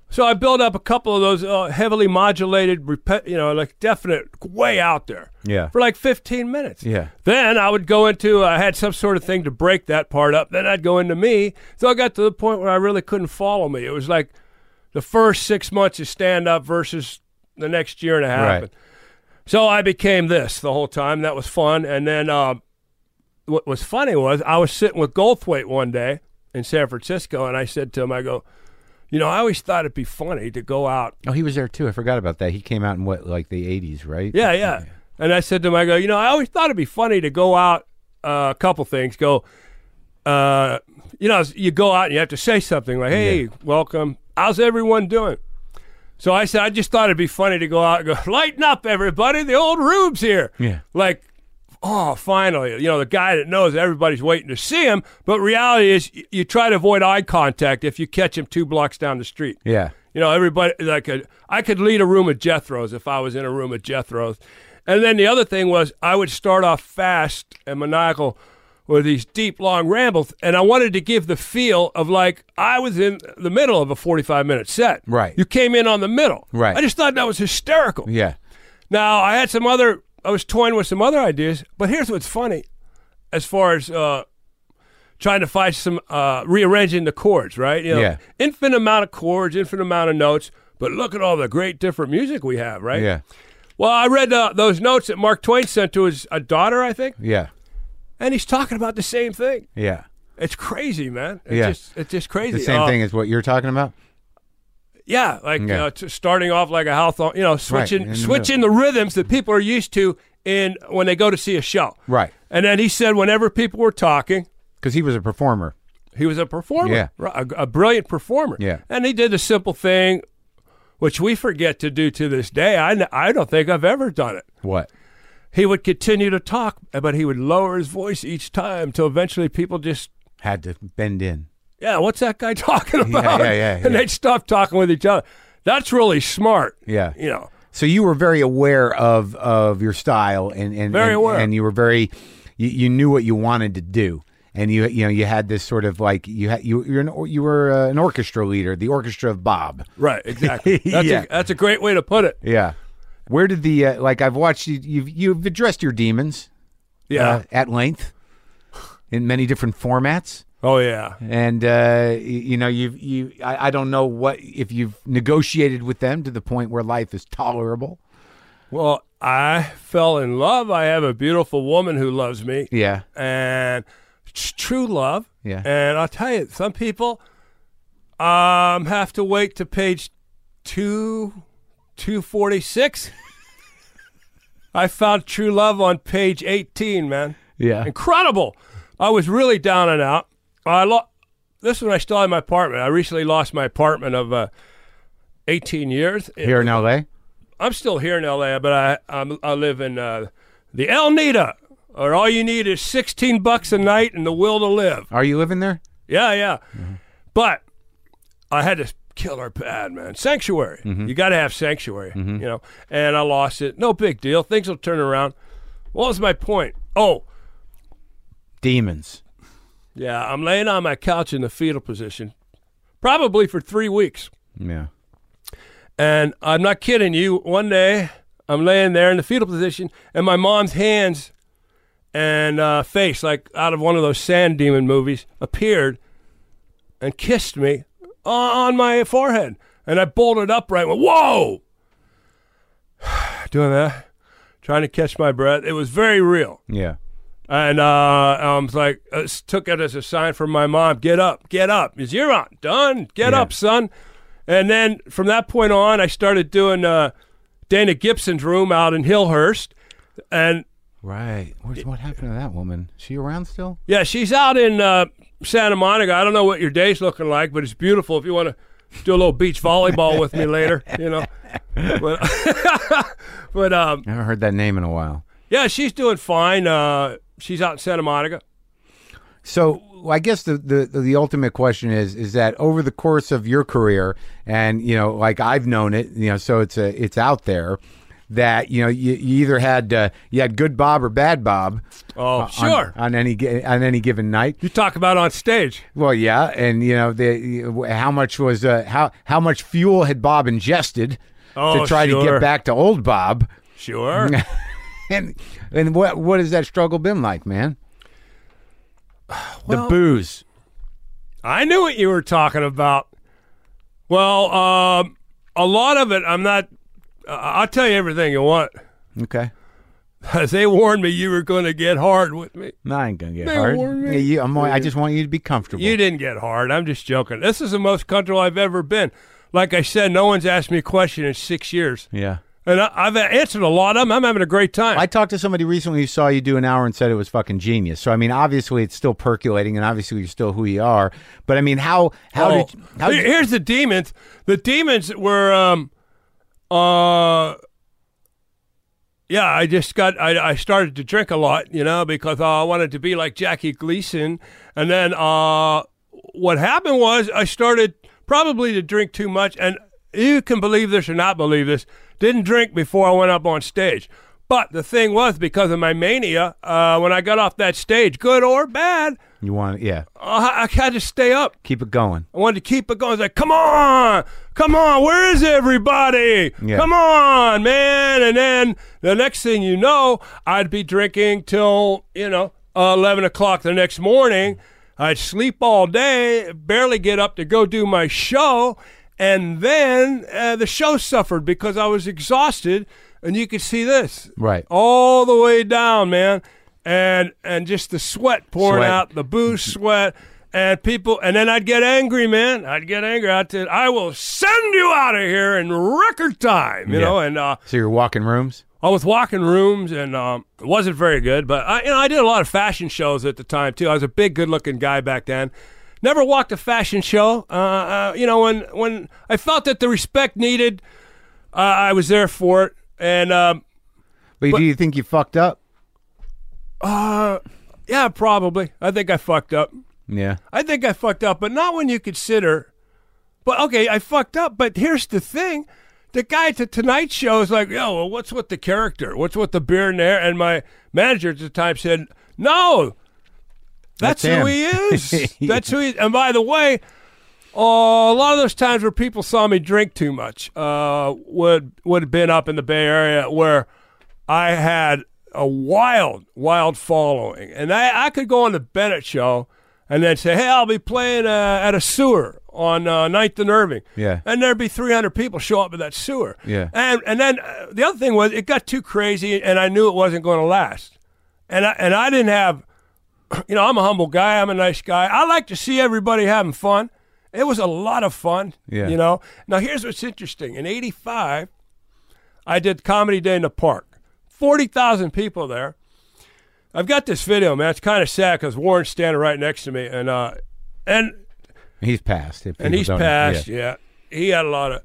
Speaker 2: so I built up a couple of those uh, heavily modulated, repet- you know, like definite way out there.
Speaker 1: Yeah.
Speaker 2: For like 15 minutes.
Speaker 1: Yeah.
Speaker 2: Then I would go into uh, I had some sort of thing to break that part up. Then I'd go into me. So I got to the point where I really couldn't follow me. It was like the first six months of stand up versus the next year and a half.
Speaker 1: Right.
Speaker 2: And so I became this the whole time. That was fun. And then uh, what was funny was I was sitting with Goldthwait one day in San Francisco, and I said to him, I go, you know, I always thought it'd be funny to go out.
Speaker 1: Oh, he was there too. I forgot about that. He came out in what, like the '80s, right?
Speaker 2: Yeah, yeah. And I said to him, I go, you know, I always thought it'd be funny to go out uh, a couple things. Go, uh, you know, you go out and you have to say something like, hey, welcome. How's everyone doing? So I said, I just thought it'd be funny to go out and go, lighten up, everybody. The old Rube's here.
Speaker 1: Yeah.
Speaker 2: Like, oh, finally. You know, the guy that knows everybody's waiting to see him. But reality is, y- you try to avoid eye contact if you catch him two blocks down the street.
Speaker 1: yeah.
Speaker 2: You know, everybody like a, I could lead a room of Jethro's if I was in a room of Jethro's. And then the other thing was I would start off fast and maniacal with these deep long rambles, and I wanted to give the feel of like I was in the middle of a forty-five minute set.
Speaker 1: Right.
Speaker 2: You came in on the middle.
Speaker 1: Right.
Speaker 2: I just thought that was hysterical.
Speaker 1: Yeah.
Speaker 2: Now I had some other. I was toying with some other ideas, but here's what's funny, as far as uh, trying to find some uh, rearranging the chords. Right? You know,
Speaker 1: Yeah.
Speaker 2: Infinite amount of chords, infinite amount of notes. But look at all the great different music we have. Right?
Speaker 1: Yeah.
Speaker 2: Well, I read uh, those notes that Mark Twain sent to his uh, daughter, I think,
Speaker 1: Yeah.
Speaker 2: and he's talking about the same thing.
Speaker 1: Yeah.
Speaker 2: It's crazy, man. It's
Speaker 1: Yeah.
Speaker 2: Just, it's just crazy.
Speaker 1: The same
Speaker 2: Uh,
Speaker 1: thing as what you're talking about.
Speaker 2: Yeah, like
Speaker 1: Yeah. uh,
Speaker 2: Uh, t- starting off like a Hawthorne, you know,
Speaker 1: in
Speaker 2: switching
Speaker 1: the middle.
Speaker 2: switching the rhythms that people are used to in when they go to see a show.
Speaker 1: Right.
Speaker 2: And then he said, whenever people were talking,
Speaker 1: Because he was a performer.
Speaker 2: he was a performer,
Speaker 1: Yeah.
Speaker 2: ri- a, a brilliant performer.
Speaker 1: Yeah.
Speaker 2: And he did a simple thing, which we forget to do to this day. I, n- I don't think I've ever done it.
Speaker 1: What?
Speaker 2: He would continue to talk, but he would lower his voice each time till eventually people just
Speaker 1: Had to bend in.
Speaker 2: yeah, what's that guy talking about?
Speaker 1: yeah, yeah,
Speaker 2: And
Speaker 1: yeah.
Speaker 2: they'd stop talking with each other. That's really smart.
Speaker 1: Yeah.
Speaker 2: You know.
Speaker 1: So you were very aware of of your style and and
Speaker 2: Very
Speaker 1: and,
Speaker 2: aware.
Speaker 1: and you were very you, you knew what you wanted to do. And you, you know, you had this sort of like you had you you're an, or- you were uh, an orchestra leader, the orchestra of Bob.
Speaker 2: Right, exactly. That's,
Speaker 1: Yeah.
Speaker 2: a, that's a great way to put it.
Speaker 1: Yeah. Where did the uh, like I've watched you you've you've addressed your demons
Speaker 2: Yeah.
Speaker 1: uh, at length in many different formats.
Speaker 2: oh yeah.
Speaker 1: and uh, y- you know you've you I, I don't know what if you've negotiated with them to the point where life is tolerable
Speaker 2: Well, I fell in love. I have a beautiful woman who loves me,
Speaker 1: yeah
Speaker 2: and it's true love.
Speaker 1: Yeah.
Speaker 2: And I'll tell you, some people um have to wait to page two two forty six. I found true love on page eighteen, man.
Speaker 1: yeah
Speaker 2: Incredible. I was really down and out. I lo- this is when I still had my apartment. I recently lost my apartment of uh, 18 years.
Speaker 1: here in LA
Speaker 2: I'm still here in LA, but I I'm, I live in uh, the El Nita or all you need is 16 bucks a night and the will to live.
Speaker 1: Are you living there?
Speaker 2: Yeah, yeah. But I had this killer pad, man. Sanctuary. You got to have sanctuary, you know. And I lost it. No big deal. Things will turn around. What was my point? Oh,
Speaker 1: Demons.
Speaker 2: yeah. I'm laying on my couch in the fetal position, probably for three weeks.
Speaker 1: Yeah.
Speaker 2: And I'm not kidding you. One day, I'm laying there in the fetal position, and my mom's hands and uh, face, like out of one of those sand demon movies, appeared and kissed me on on my forehead. And I bolted upright, and went, Whoa! Doing that, trying to catch my breath. It was very real.
Speaker 1: Yeah.
Speaker 2: And uh, I was like, I s- took it as a sign from my mom get up, get up. Is you're not done. Get
Speaker 1: Yeah.
Speaker 2: up, son. And then from that point on, I started doing uh, Dana Gibson's room out in Hillhurst. And
Speaker 1: Right. Where's, what happened to that woman? She around still?
Speaker 2: yeah, she's out in uh, Santa Monica. I don't know what your day's looking like, but it's beautiful if you want to do a little beach volleyball with me later, you know. But, but um,
Speaker 1: I haven't heard that name in a while.
Speaker 2: yeah, she's doing fine. Uh, she's out in Santa Monica.
Speaker 1: So I guess the, the the ultimate question is is that over the course of your career, and you know, like I've known it, you know, so it's a it's out there that you know you, you either had uh, you had good Bob or bad Bob.
Speaker 2: Oh,
Speaker 1: Uh, on-
Speaker 2: sure.
Speaker 1: on, any gi- on any given night.
Speaker 2: you talk about on stage.
Speaker 1: Well, yeah, and you know the how much was uh, how how much fuel had Bob ingested
Speaker 2: Oh,
Speaker 1: to try to
Speaker 2: sure.
Speaker 1: get back to old Bob,
Speaker 2: Sure.
Speaker 1: and and what what has that struggle been like, man?
Speaker 2: Well-
Speaker 1: the booze.
Speaker 2: I knew what you were talking about. Well, um, a lot of it, I'm not, uh, I'll tell you everything you want.
Speaker 1: Okay.
Speaker 2: They warned me you were going to get hard with me.
Speaker 1: No, I ain't gonna get
Speaker 2: They
Speaker 1: hard.
Speaker 2: warned me.
Speaker 1: Yeah, you- I'm- i just want you to be comfortable.
Speaker 2: You didn't get hard. I'm just joking. This is the most comfortable I've ever been. Like I said, no one's asked me a question in six years.
Speaker 1: yeah.
Speaker 2: And I, I've answered a lot of them. I'm having a great time.
Speaker 1: I talked to somebody recently who saw you do an hour and said it was fucking genius. So I mean, obviously it's still percolating, and obviously you're still who you are. But I mean, how how
Speaker 2: Oh,
Speaker 1: did you- how
Speaker 2: here-
Speaker 1: did,
Speaker 2: here's the demons. The demons were, um, uh, yeah. I just got. I, I started to drink a lot, you know, because uh, I wanted to be like Jackie Gleason. And then uh, what happened was I started probably to drink too much, and you can believe this or not believe this. Didn't drink before I went up on stage. But the thing was, because of my mania, uh, when I got off that stage, good or bad,
Speaker 1: you want? Yeah,
Speaker 2: uh, I I had to stay up.
Speaker 1: keep it going.
Speaker 2: I wanted to keep it going. I was like, come on, come on, where is everybody?
Speaker 1: Yeah.
Speaker 2: Come on, man. And then the next thing you know, I'd be drinking till, you know, uh, 11 o'clock the next morning. I'd sleep all day, barely get up to go do my show. And then uh, the show suffered because I was exhausted. And you could see this
Speaker 1: Right.
Speaker 2: all the way down, man, and and just the sweat pouring
Speaker 1: Sweat.
Speaker 2: out, the booze sweat, and people, and then I'd get angry, man. I'd get angry. I'd say, I will send you out of here in record time, you
Speaker 1: Yeah.
Speaker 2: know. And uh,
Speaker 1: So you're walking rooms.
Speaker 2: I was walking rooms, and um, it wasn't very good, but I, you know, I did a lot of fashion shows at the time too. I was a big, good-looking guy back then. Never walked a fashion show. Uh, uh, you know, when when I felt that the respect needed, uh, I was there for it, and. Um,
Speaker 1: But, do you think you fucked up?
Speaker 2: Uh, yeah, probably. I think I fucked up.
Speaker 1: Yeah.
Speaker 2: I think I fucked up, but not when you consider. But okay, I fucked up. But here's the thing: the guy at the Tonight Show is like, "Yo, well, what's with the character? What's with the beer in there?" And my manager at the time said, "No, that's,
Speaker 1: That's him."
Speaker 2: who he is. that's who he." is. And by the way, uh, a lot of those times where people saw me drink too much uh, would would have been up in the Bay Area where I had a wild, wild following, and I, I could go on the Bennett show and then say, "Hey, I'll be playing uh, at a sewer on uh, Ninth and Irving."
Speaker 1: Yeah.
Speaker 2: and there'd be 300 people show up at that sewer.
Speaker 1: Yeah.
Speaker 2: and and then uh, the other thing was it got too crazy, and I knew it wasn't going to last, and I and I didn't have you know, I'm a humble guy. I'm a nice guy. I like to see everybody having fun. It was a lot of fun.
Speaker 1: Yeah.
Speaker 2: You know. Now here's what's interesting. In '85, I did Comedy Day in the Park. Forty thousand people there. I've got this video, man. It's kind of sad because Warren's standing right next to me, and uh, and
Speaker 1: He's passed. if
Speaker 2: and
Speaker 1: people
Speaker 2: he's
Speaker 1: don't-
Speaker 2: passed.
Speaker 1: Yeah.
Speaker 2: Yeah. He had a lot of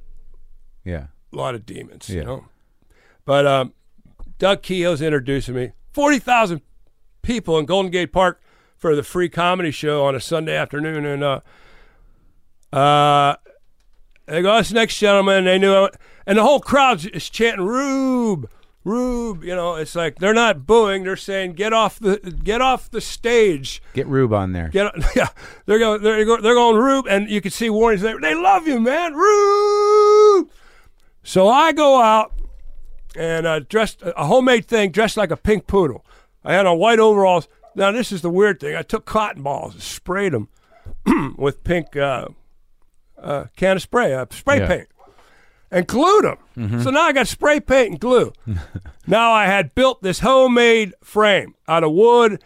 Speaker 1: yeah.
Speaker 2: lot of demons.
Speaker 1: Yeah.
Speaker 2: You know. But um, Doug Keogh's introducing me. Forty thousand people in Golden Gate Park for the free comedy show on a Sunday afternoon, and uh, uh, they go, "This next gentleman," they knew, it. and the whole crowd is chanting "Rube, Rube." You know, it's like they're not booing; they're saying, "Get off the, get off the stage."
Speaker 1: Get Rube on there.
Speaker 2: Get on, yeah, they're going, they're going, they're going Rube, and you can see warnings there. They love you, man, Rube. So I go out and uh, dressed a homemade thing, dressed like a pink poodle. I had on white overalls. Now this is the weird thing. I took cotton balls and sprayed them with pink uh, uh, can of spray, uh, spray
Speaker 1: Yeah.
Speaker 2: paint, and glued them. So now I got spray paint and glue. now I had built this homemade frame out of wood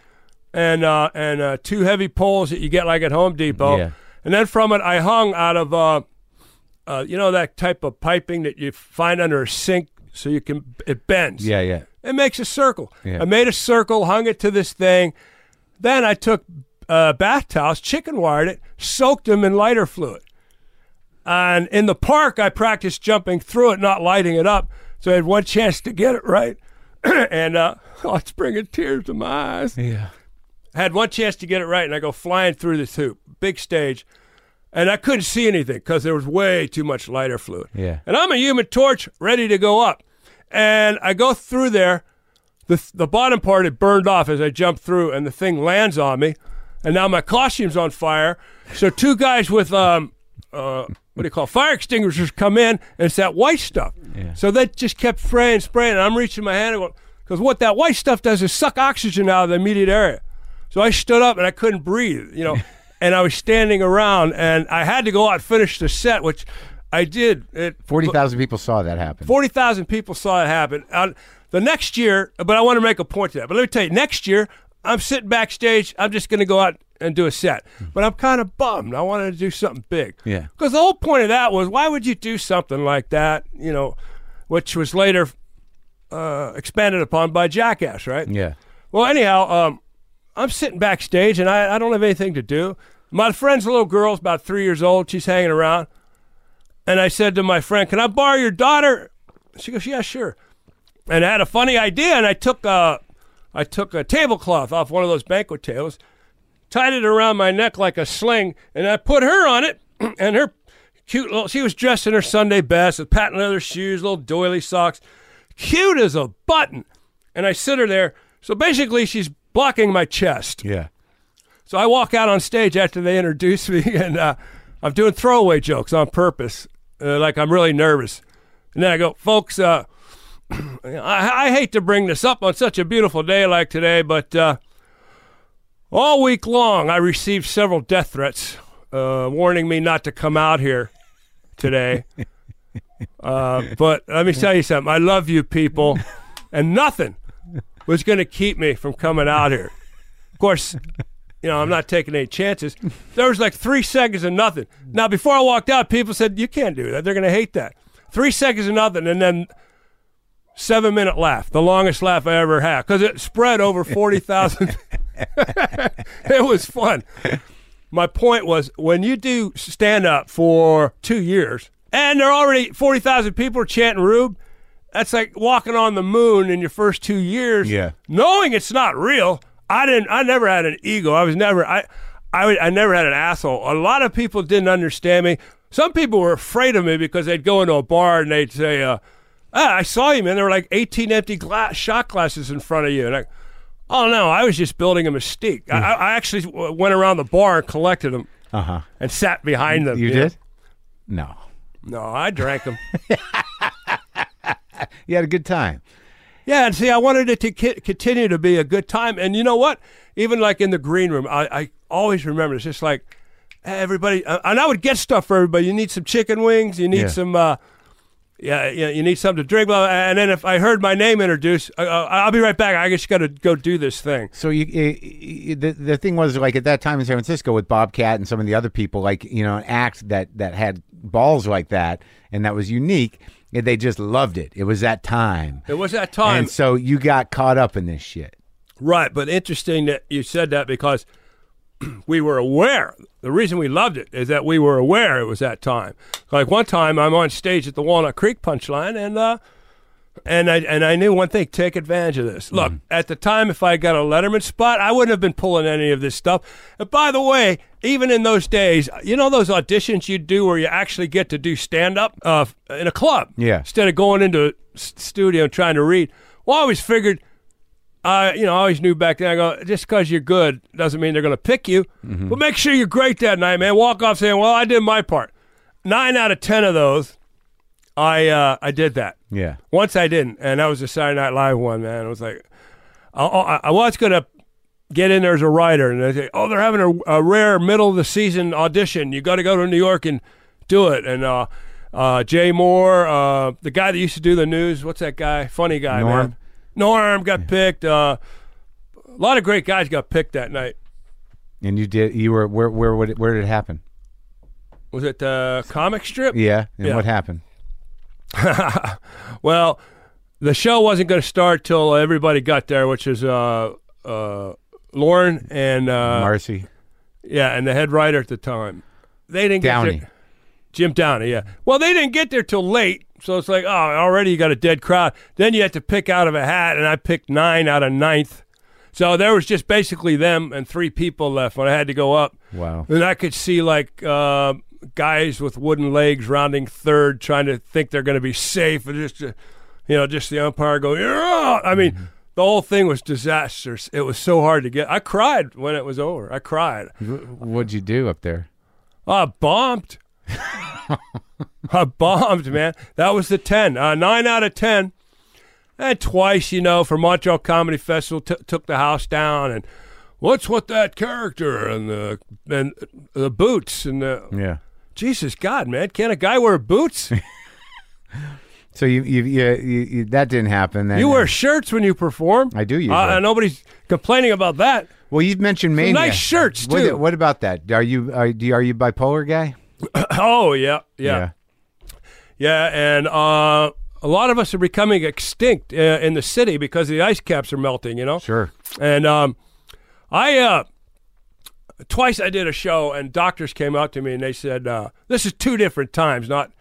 Speaker 2: and uh, and uh, two heavy poles that you get like at Home Depot.
Speaker 1: Yeah.
Speaker 2: And then from it, I hung out of uh, uh, you know that type of piping that you find under a sink, so you can it bends.
Speaker 1: Yeah, yeah.
Speaker 2: It makes a circle.
Speaker 1: Yeah.
Speaker 2: I made a circle, hung it to this thing. Then I took uh, bath towels, chicken wired it, soaked them in lighter fluid. And in the park, I practiced jumping through it, not lighting it up. So I had one chance to get it right. and uh, oh, it's bringing tears to my eyes.
Speaker 1: Yeah.
Speaker 2: Had one chance to get it right, and I go flying through this hoop, big stage. And I couldn't see anything because there was way too much lighter fluid.
Speaker 1: Yeah.
Speaker 2: And I'm a human torch ready to go up. And I go through there. The, the bottom part had burned off as I jumped through, and the thing lands on me. And now my costume's on fire. So two guys with, um, uh, what do you call it? fire extinguishers come in, and it's that white stuff.
Speaker 1: Yeah.
Speaker 2: So they just kept spraying, spraying. And I'm reaching my hand because what that white stuff does is suck oxygen out of the immediate area. So I stood up and I couldn't breathe, you know, and I was standing around, and I had to go out and finish the set, which I did. It
Speaker 1: Forty thousand people saw that happen.
Speaker 2: Forty thousand people saw it happen. Uh, the next year, but I want to make a point to that. But let me tell you, next year I'm sitting backstage. I'm just going to go out and do a set. But I'm kind of bummed. I wanted to do something big.
Speaker 1: Yeah.
Speaker 2: Because the whole point of that was, why would you do something like that? You know, which was later uh, expanded upon by Jackass, right?
Speaker 1: Yeah.
Speaker 2: Well, anyhow, um, I'm sitting backstage and I, I don't have anything to do. My friend's little girl's about three years old. She's hanging around. And I said to my friend, Can I borrow your daughter? She goes, Yeah, sure. And I had a funny idea and I took a, I took a tablecloth off one of those banquet tables, tied it around my neck like a sling, and I put her on it and her cute little she was dressed in her Sunday best with patent leather shoes, little doily socks, cute as a button. And I sit her there. So basically she's blocking my chest.
Speaker 1: Yeah.
Speaker 2: So I walk out on stage after they introduce me, and uh, I'm doing throwaway jokes on purpose, uh, like I'm really nervous. And then I go, folks, uh, I, I hate to bring this up on such a beautiful day like today, but uh, all week long I received several death threats uh, warning me not to come out here today. uh, but let me tell you something. I love you people, and nothing was going to keep me from coming out here. Of course, you know, I'm not taking any chances. There was like three seconds of nothing. Now, before I walked out, people said, You can't do that. They're going to hate that. Three seconds of nothing, and then seven minute laugh, the longest laugh I ever had, because it spread over 40,000. it was fun. My point was when you do stand up for two years, and there are already 40,000 people are chanting Rube, that's like walking on the moon in your first two years
Speaker 1: Yeah.
Speaker 2: knowing it's not real. I didn't. I never had an ego. I was never. I, I, was- I never had an asshole. A lot of people didn't understand me. Some people were afraid of me because they'd go into a bar and they'd say, uh, ah, "I saw you, man. There were like 18 empty gla- shot glasses in front of you." And I, oh no, I was just building a mystique. I I, I actually w- went around the bar and collected them
Speaker 1: Uh huh.
Speaker 2: and sat behind them.
Speaker 1: You
Speaker 2: know?
Speaker 1: did? No.
Speaker 2: No, I drank them.
Speaker 1: You had a good time.
Speaker 2: Yeah, and see, I wanted it to ki- continue to be a good time. And you know what? Even like in the green room, I, I always remember it's just like hey, everybody, uh, and I would get stuff for everybody. You need some chicken wings. You need
Speaker 1: Yeah.
Speaker 2: some. Uh, yeah, yeah, you need something to drink. Blah, blah, and then if I heard my name introduced, uh, uh, I'll be right back. I just got to go do this thing.
Speaker 1: So you, i- i- the the thing was like at that time in San Francisco with Bobcat and some of the other people, like you know, an act that that had balls like that and that was unique. and They just loved it. It was that time,
Speaker 2: It was that time.
Speaker 1: and so you got caught up in this shit.
Speaker 2: Right, but interesting that you said that because we were aware. The reason we loved it is that we were aware it was that time. Like one time, I'm on stage at the Walnut Creek Punchline, and uh, and I and I knew one thing: take advantage of this. Look, at the time, if I got a Letterman spot, I wouldn't have been pulling any of this stuff. And by the way, even in those days, you know those auditions you do where you actually get to do stand up uh, in a club,
Speaker 1: Yeah.
Speaker 2: instead of going into a s- studio and trying to read. Well, I always figured. I, you know, I always knew back then. I go, just because you're good doesn't mean they're going to pick you. But make sure you're great that night, man. Walk off saying, "Well, I did my part." Nine out of ten of those, I uh, I did that.
Speaker 1: Yeah.
Speaker 2: Once I didn't, and that was a Saturday Night Live one, man. It was like, I, I, I was going to get in there as a writer, and they say, oh, they're having a, a rare middle of the season audition. You got to go to New York and do it. And uh, uh, Jay Moore, uh, the guy that used to do the news, what's that guy? Funny guy,
Speaker 1: Norm.
Speaker 2: man. Norm got picked. Uh, a lot of great guys got picked that night.
Speaker 1: And you did. You were where? Where would it, where did it happen?
Speaker 2: Was it uh, comic strip?
Speaker 1: Yeah. And
Speaker 2: Yeah.
Speaker 1: what happened?
Speaker 2: Well, the show wasn't going to start till everybody got there, which is uh, uh, Lauren and uh,
Speaker 1: Marcy
Speaker 2: yeah, and the head writer at the time. They didn't
Speaker 1: Downey.
Speaker 2: get there. Jim Downey, yeah. Well, they didn't get there till late, so it's like, oh, already you got a dead crowd. Then you had to pick out of a hat, and I picked nine out of ninth. So there was just basically them and three people left when I had to go up.
Speaker 1: Wow.
Speaker 2: And I could see like uh, guys with wooden legs rounding third, trying to think they're going to be safe, and just uh, you know, just the umpire go. You're out. I mean, the whole thing was disastrous. It was so hard to get. I cried when it was over. I cried.
Speaker 1: Wh- What'd you do up there?
Speaker 2: I bombed. I bombed, man. That was the 10. Uh, 9 out of 10. And twice, you know, for Montreal Comedy Festival, t- took the house down. And what's with that character and the and the boots and the
Speaker 1: Yeah.
Speaker 2: Jesus God, man? Can a guy wear boots?
Speaker 1: So you you you, you, you that didn't happen. Then
Speaker 2: You wear shirts when you perform.
Speaker 1: I do usually.
Speaker 2: Uh, and nobody's complaining about that.
Speaker 1: Well, you've mentioned mania.
Speaker 2: nice shirts,
Speaker 1: What,
Speaker 2: too.
Speaker 1: what about that? Are you are, do you- are you bipolar guy?
Speaker 2: oh yeah. yeah. Yeah, and uh, a lot of us are becoming extinct uh, in the city because the ice caps are melting. You know,
Speaker 1: Sure.
Speaker 2: and um, I uh, twice I did a show, and doctors came up to me and they said, uh, "This is two different times, not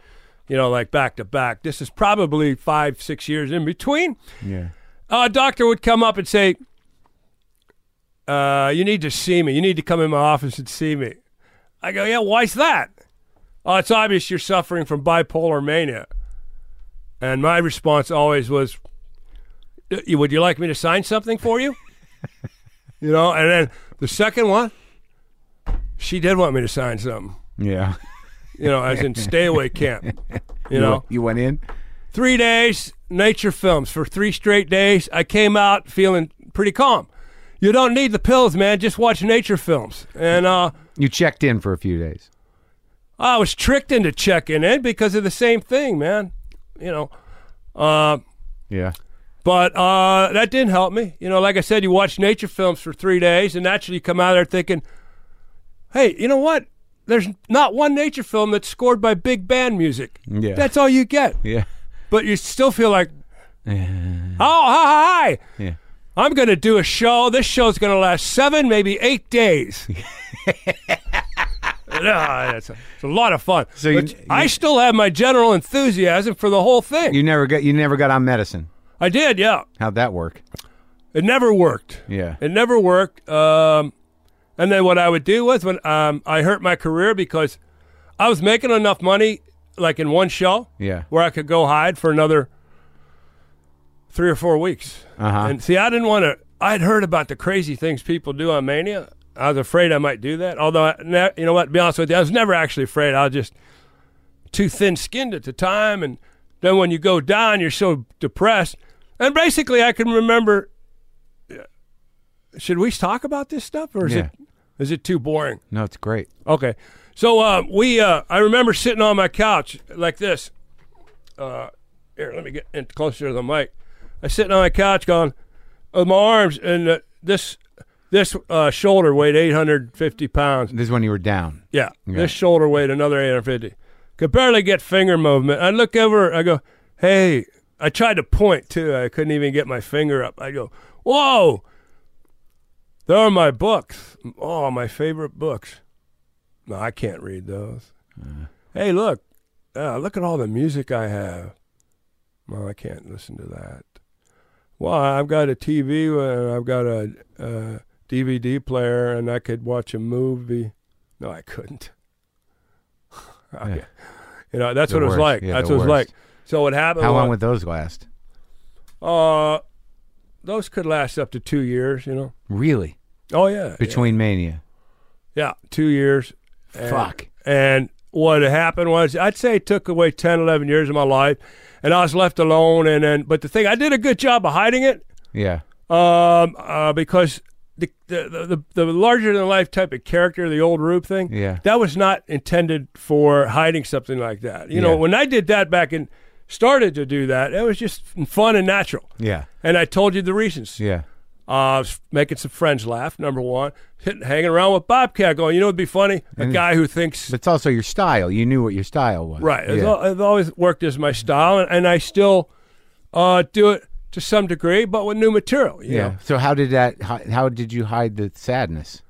Speaker 2: you know like back to back. This is probably five, six years in between."
Speaker 1: Yeah.
Speaker 2: a doctor would come up and say, uh, "You need to see me. You need to come in my office and see me." I go, "Yeah, why's that?" Oh, it's obvious you're suffering from bipolar mania. And my response always was, "Y- "Would you like me to sign something for you?" you know. And then the second one, she did want me to sign something.
Speaker 1: Yeah.
Speaker 2: You know, as in stay away camp. You know,
Speaker 1: you went in.
Speaker 2: three days nature films for three straight days i came out feeling pretty calm you don't need the pills man just watch nature films and uh,
Speaker 1: You checked in for a few days.
Speaker 2: i was tricked into checking in because of the same thing man you know uh,
Speaker 1: Yeah.
Speaker 2: but uh, that didn't help me you know like i said you watch nature films for three days and naturally you come out of there thinking hey you know what there's not one nature film that's scored by big band music
Speaker 1: Yeah.
Speaker 2: that's all you get
Speaker 1: Yeah.
Speaker 2: but you still feel like, oh, hi, hi, hi.
Speaker 1: Yeah.
Speaker 2: I'm going to do a show. This show's going to last seven, maybe eight days. Ah, that's a- it's a lot of fun.
Speaker 1: So you-
Speaker 2: But I still have my general enthusiasm for the whole thing.
Speaker 1: You never got you never got on medicine.
Speaker 2: I did, yeah.
Speaker 1: How'd that work?
Speaker 2: It never worked.
Speaker 1: Yeah.
Speaker 2: It never worked. Um, and then what I would do was when um, I hurt my career because I was making enough money, like in one show,
Speaker 1: Yeah.
Speaker 2: where I could go hide for another three or four weeks.
Speaker 1: Uh-huh.
Speaker 2: And see, I didn't want to. I'd heard about the crazy things people do on Mania. I was afraid I might do that. Although, I, ne- you know what? To be honest with you, I was never actually afraid. I was just too thin-skinned at the time, and then when you go down, you're so depressed. And basically, I can remember. uh, Should we talk about this stuff, or is
Speaker 1: Yeah.
Speaker 2: it is it too boring?
Speaker 1: No, it's great.
Speaker 2: Okay. So uh, we, uh, I remember sitting on my couch like this. Uh, here, let me get in closer to the mic. I sitting on my couch, going with my arms and uh, this this uh, shoulder weighed 850 pounds.
Speaker 1: This is when you were down.
Speaker 2: Yeah, this shoulder weighed another 850. Could barely get finger movement. I look over. I go, hey. I tried to point too. I couldn't even get my finger up. I go, whoa. There are my books. Oh, my favorite books. No, I can't read those. Hey, look. Uh, look at all the music I have. Well, I can't listen to that. Well, I've got a TV and I've got a, a DVD player and I could watch a movie. No, I couldn't. I-
Speaker 1: Yeah.
Speaker 2: You know, that's
Speaker 1: The
Speaker 2: what it was
Speaker 1: worst.
Speaker 2: like.
Speaker 1: Yeah,
Speaker 2: that's
Speaker 1: the
Speaker 2: what it was
Speaker 1: worst.
Speaker 2: like. So what happened
Speaker 1: How long
Speaker 2: was,
Speaker 1: would those last?
Speaker 2: uh, those could last up to two years, you know?
Speaker 1: Really?
Speaker 2: Oh, yeah. yeah.
Speaker 1: Between mania.
Speaker 2: Yeah, two years. And-
Speaker 1: Fuck.
Speaker 2: And what happened was, I'd say it took away 10, 11 years of my life, and I was left alone. And then, but the thing, I did a good job of hiding it
Speaker 1: Yeah.
Speaker 2: um, uh, because the, the, the, the larger than life type of character, the old Rube thing,
Speaker 1: Yeah.
Speaker 2: that was not intended for hiding something like that. You
Speaker 1: Yeah.
Speaker 2: know, when I did that back and started to do that, it was just fun and natural.
Speaker 1: Yeah.
Speaker 2: And I told you the reasons.
Speaker 1: Yeah.
Speaker 2: Uh, s- making some friends laugh, number one. Hit, hanging around with Bobcat going, you know, it'd be funny? A guy who thinks.
Speaker 1: But it's also your style. You knew what your style was.
Speaker 2: right. It's
Speaker 1: Yeah.
Speaker 2: al- I've always worked as my style, and, and I still uh, do it to some degree, but with new material. You
Speaker 1: yeah. So how did that? How, how did you hide the sadness?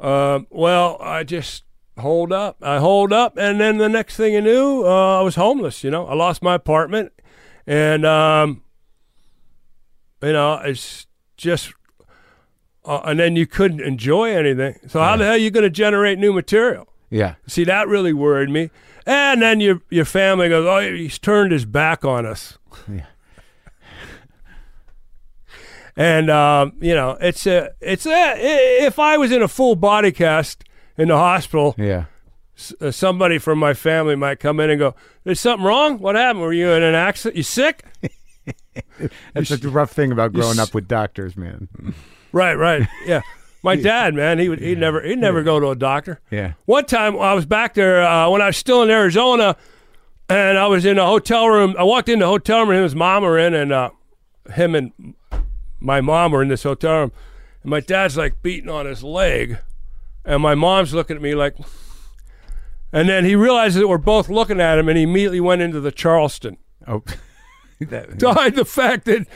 Speaker 2: Know? Um, well, I just hold up. I hold up, and then the next thing you knew, uh, I was homeless, you know? I lost my apartment, and, um, you know, it's just. Uh, and then you couldn't enjoy anything. So how the hell are you going to generate new material?
Speaker 1: Yeah.
Speaker 2: See, that really worried me. And then your your family goes, "Oh, he's turned his back on us."
Speaker 1: Yeah.
Speaker 2: And um, you know, it's a it's a i- if I was in a full body cast in the hospital,
Speaker 1: Yeah.
Speaker 2: s- uh, somebody from my family might come in and go, "There's something wrong. What happened? Were you in an accident? You sick?"
Speaker 1: That's the rough thing about
Speaker 2: s-
Speaker 1: growing up with doctors, man.
Speaker 2: right, right, yeah. My dad, man, he would he'd never he'd never go to a doctor.
Speaker 1: Yeah.
Speaker 2: One time I was back there uh, when I was still in Arizona, and I was in a hotel room. I walked in the hotel room, and his mom were in, and uh, him and my mom were in this hotel room. And my dad's like beating on his leg, and my mom's looking at me like. And then he realizes that we're both looking at him, and he immediately went into the Charleston.
Speaker 1: Oh. that,
Speaker 2: To hide the fact that,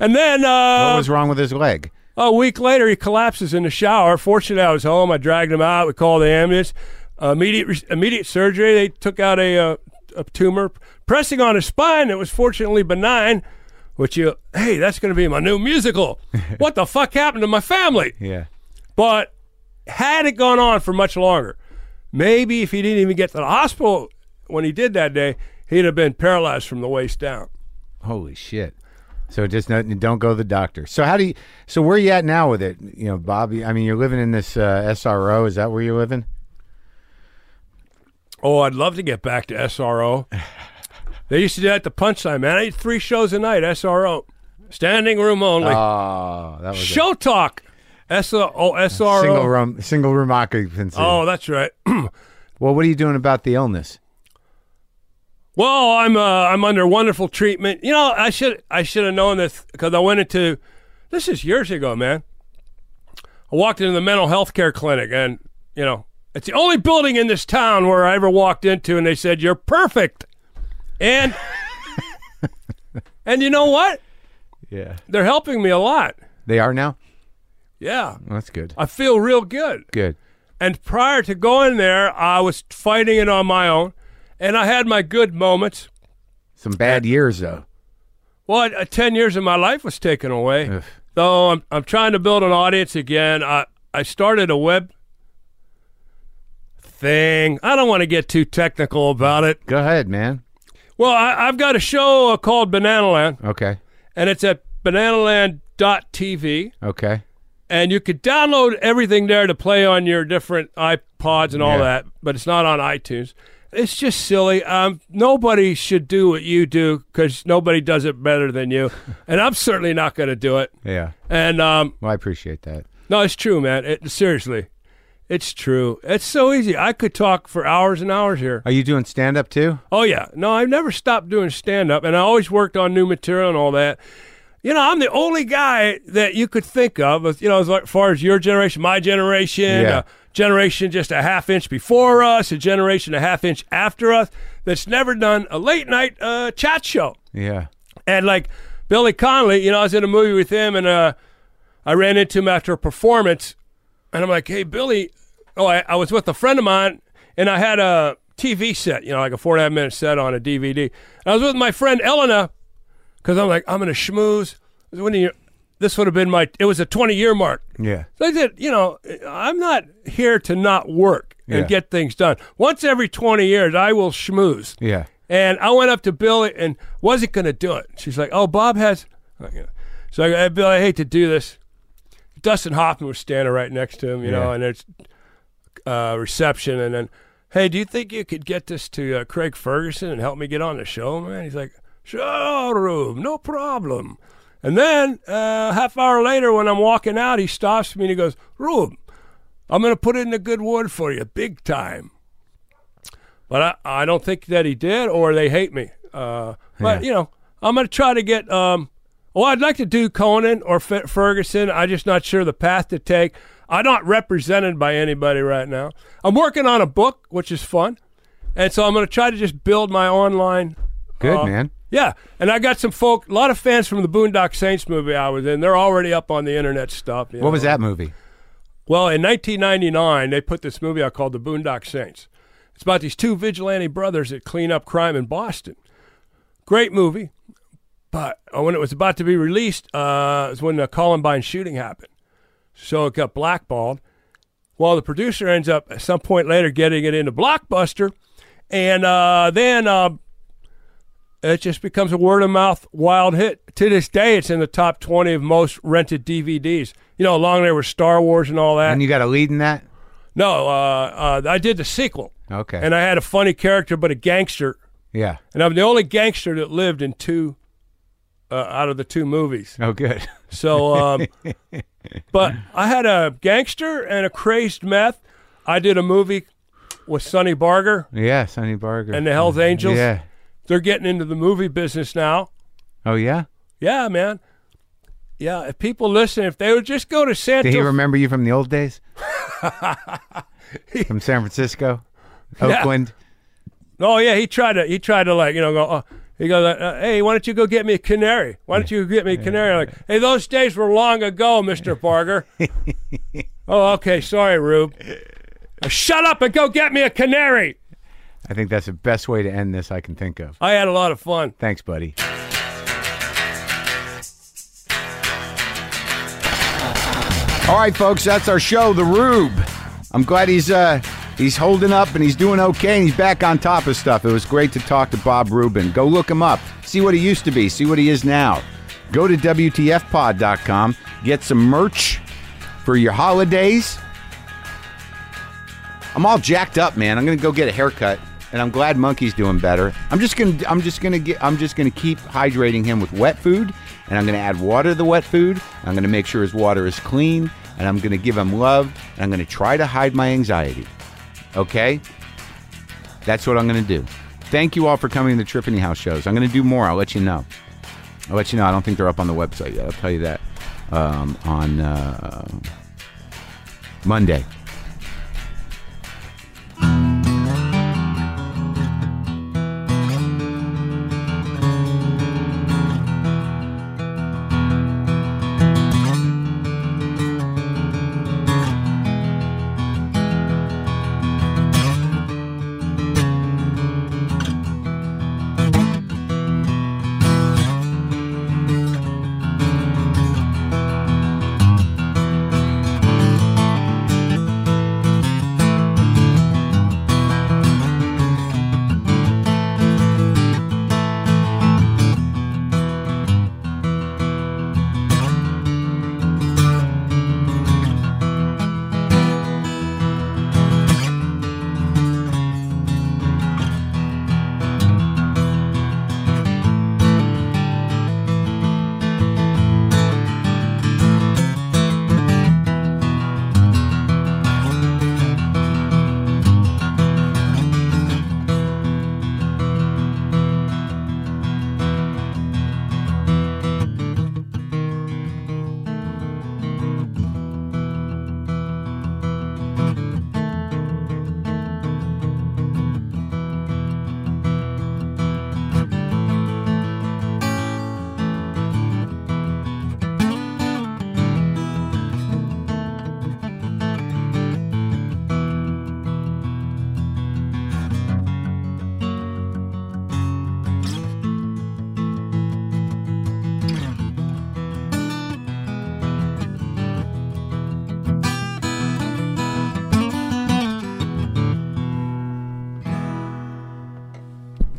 Speaker 2: and then uh,
Speaker 1: what was wrong with his leg?
Speaker 2: a week later, he collapses in the shower. Fortunately, I was home. I dragged him out. We called the ambulance. Uh, immediate immediate surgery. They took out a uh, a tumor pressing on his spine that was fortunately benign. Which you, hey, that's going to be my new musical. what the fuck happened to my family?
Speaker 1: Yeah.
Speaker 2: But had it gone on for much longer, maybe if he didn't even get to the hospital when he did that day, he'd have been paralyzed from the waist down.
Speaker 1: Holy shit. So just no, don't go to the doctor. So how do you? So where you at now with it? You know, Bobby. I mean, you're living in this uh, SRO. Is that where you're living?
Speaker 2: Oh, I'd love to get back to SRO. they used to do that at the punchline, man. I did three shows a night, SRO. Standing room only.
Speaker 1: Oh, that was a
Speaker 2: Show talk. S- oh, SRO.
Speaker 1: single room, single room occupancy.
Speaker 2: Oh, that's right.
Speaker 1: Well, what are you doing about the illness?
Speaker 2: well, I'm uh, I'm under wonderful treatment. You know, I should I should have known this because I went into this is years ago, man. I walked into the mental health care clinic, and you know, it's the only building in this town where I ever walked into, and they said you're perfect, and and you know what?
Speaker 1: Yeah,
Speaker 2: they're helping me a lot.
Speaker 1: they are now.
Speaker 2: Yeah.
Speaker 1: Well, that's good.
Speaker 2: I feel real good.
Speaker 1: Good.
Speaker 2: And prior to going there, I was fighting it on my own. And I had my good moments.
Speaker 1: Some bad years though.
Speaker 2: Well, uh, 10 years of my life was taken away.
Speaker 1: Ugh.
Speaker 2: Though I'm, I'm trying to build an audience again. I, I started a web thing. I don't want to get too technical about it.
Speaker 1: Go ahead, man.
Speaker 2: Well, I, I've got a show uh, called Banana Land,
Speaker 1: Okay.
Speaker 2: and it's at bananaland.tv.
Speaker 1: Okay.
Speaker 2: and you could download everything there to play on your different iPods and all
Speaker 1: Yeah.
Speaker 2: that, but it's not on iTunes. It's just silly. Um, nobody should do what you do because nobody does it better than you, and I'm certainly not going to do it.
Speaker 1: Yeah.
Speaker 2: And um,
Speaker 1: Well, I appreciate that.
Speaker 2: no, it's true, man. It, seriously, it's true. It's so easy. I could talk for hours and hours here.
Speaker 1: Are you doing stand up too?
Speaker 2: Oh yeah, no, I've never stopped doing stand up, and I always worked on new material and all that. You know, I'm the only guy that you could think of, as- you know, as far as your generation, my generation,
Speaker 1: Yeah.
Speaker 2: a generation just a half inch before us, a generation a half inch after us, that's never done a late night uh, chat show.
Speaker 1: Yeah.
Speaker 2: And like Billy Connolly, you know, I was in a movie with him, and uh, I ran into him after a performance, and I'm like, "Hey, Billy," oh, I, I was with a friend of mine, and I had a TV set, you know, like a four and a half minute set on a DVD. And I was with my friend Elena because I'm like, I'm going to schmooze. This would have, this would have been my, it was a 20 year mark.
Speaker 1: Yeah.
Speaker 2: So I said, you know, I'm not here to not work and
Speaker 1: Yeah.
Speaker 2: get things done. Once every 20 years, I will schmooze.
Speaker 1: Yeah.
Speaker 2: And I went up to Billy and wasn't going to do it. She's like, "Oh, Bob has." So I go, hey, Billy, I hate to do this. Dustin Hoffman was standing right next to him, you know,
Speaker 1: Yeah.
Speaker 2: and it's uh, reception, and then, hey, do you think you could get this to uh, Craig Ferguson and help me get on the show, man? He's like, sure, Rube, no problem. And then uh, half hour later, when I'm walking out, he stops me and he goes, Rube, I'm going to put in a good word for you, big time. But I, I don't think that he did, or they hate me. Uh, but you know, I'm going to try to get. Um, well, I'd like to do Conan or F- Ferguson. I'm just not sure the path to take. I'm not represented by anybody right now. I'm working on a book, which is fun, and so I'm going to try to just build my online.
Speaker 1: Good
Speaker 2: uh,
Speaker 1: man.
Speaker 2: Yeah, and I got some folk, a lot of fans from the Boondock Saints movie I was in. They're already up on the internet stuff. you
Speaker 1: What was
Speaker 2: know.
Speaker 1: that movie?
Speaker 2: Well, in 1999, they put this movie out called The Boondock Saints. It's about these two vigilante brothers that clean up crime in Boston. Great movie, but uh, when it was about to be released, uh, is when the Columbine shooting happened. So it got blackballed. Well, the producer ends up at some point later getting it into Blockbuster, and uh, then uh, it just becomes a word of mouth wild hit. To this day, it's in the top 20 of most rented DVDs. You know, along there was Star Wars and all that.
Speaker 1: And you got a lead in that?
Speaker 2: No, uh, uh, I did the sequel,
Speaker 1: Okay.
Speaker 2: and I had a funny character, but a gangster,
Speaker 1: yeah.
Speaker 2: and I'm the only gangster that lived in two uh, out of the two movies.
Speaker 1: Oh, good.
Speaker 2: So, um, but I had a gangster and a crazed meth. I did a movie with Sonny Barger
Speaker 1: Yeah, Sonny Barger.
Speaker 2: and the Hell's Angels.
Speaker 1: Yeah.
Speaker 2: They're getting into the movie business now.
Speaker 1: Oh, yeah?
Speaker 2: Yeah, man. Yeah, if people listen, if they would just go to Santa,
Speaker 1: Did he remember you from the old days? from San Francisco?
Speaker 2: Yeah.
Speaker 1: Oakland?
Speaker 2: Oh yeah, he tried to. He tried to like you know go. Uh, he goes, uh, uh, hey, why don't you go get me a canary? Why don't you go get me a canary? Like, hey, those days were long ago, Mister Barger. oh, okay, sorry, Rube. Uh, Shut up and go get me a canary.
Speaker 1: I think that's the best way to end this I can think of.
Speaker 2: I had a lot of fun.
Speaker 1: Thanks, buddy. All right, folks, that's our show, The Rube. I'm glad he's uh, he's holding up and he's doing okay and he's back on top of stuff. It was great to talk to Bob Rubin. Go look him up, see what he used to be, see what he is now. Go to WTFpod.com, get some merch for your holidays. I'm all jacked up, man. I'm gonna go get a haircut, and I'm glad Monkey's doing better. I'm just gonna, I'm just gonna get, I'm just gonna keep hydrating him with wet food, and I'm gonna add water to the wet food. I'm gonna make sure his water is clean, and I'm gonna give him love, and I'm gonna try to hide my anxiety. Okay, that's what I'm gonna do. Thank you all for coming to the Trippany House shows. I'm gonna do more. I'll let you know. I'll let you know. I don't think they're up on the website yet. I'll tell you that um, on uh, Monday.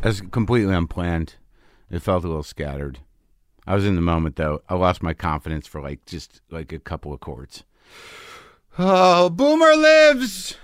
Speaker 1: That's completely unplanned. It felt a little scattered. I was in the moment though. I lost my confidence for like just like a couple of chords. Oh, Boomer lives.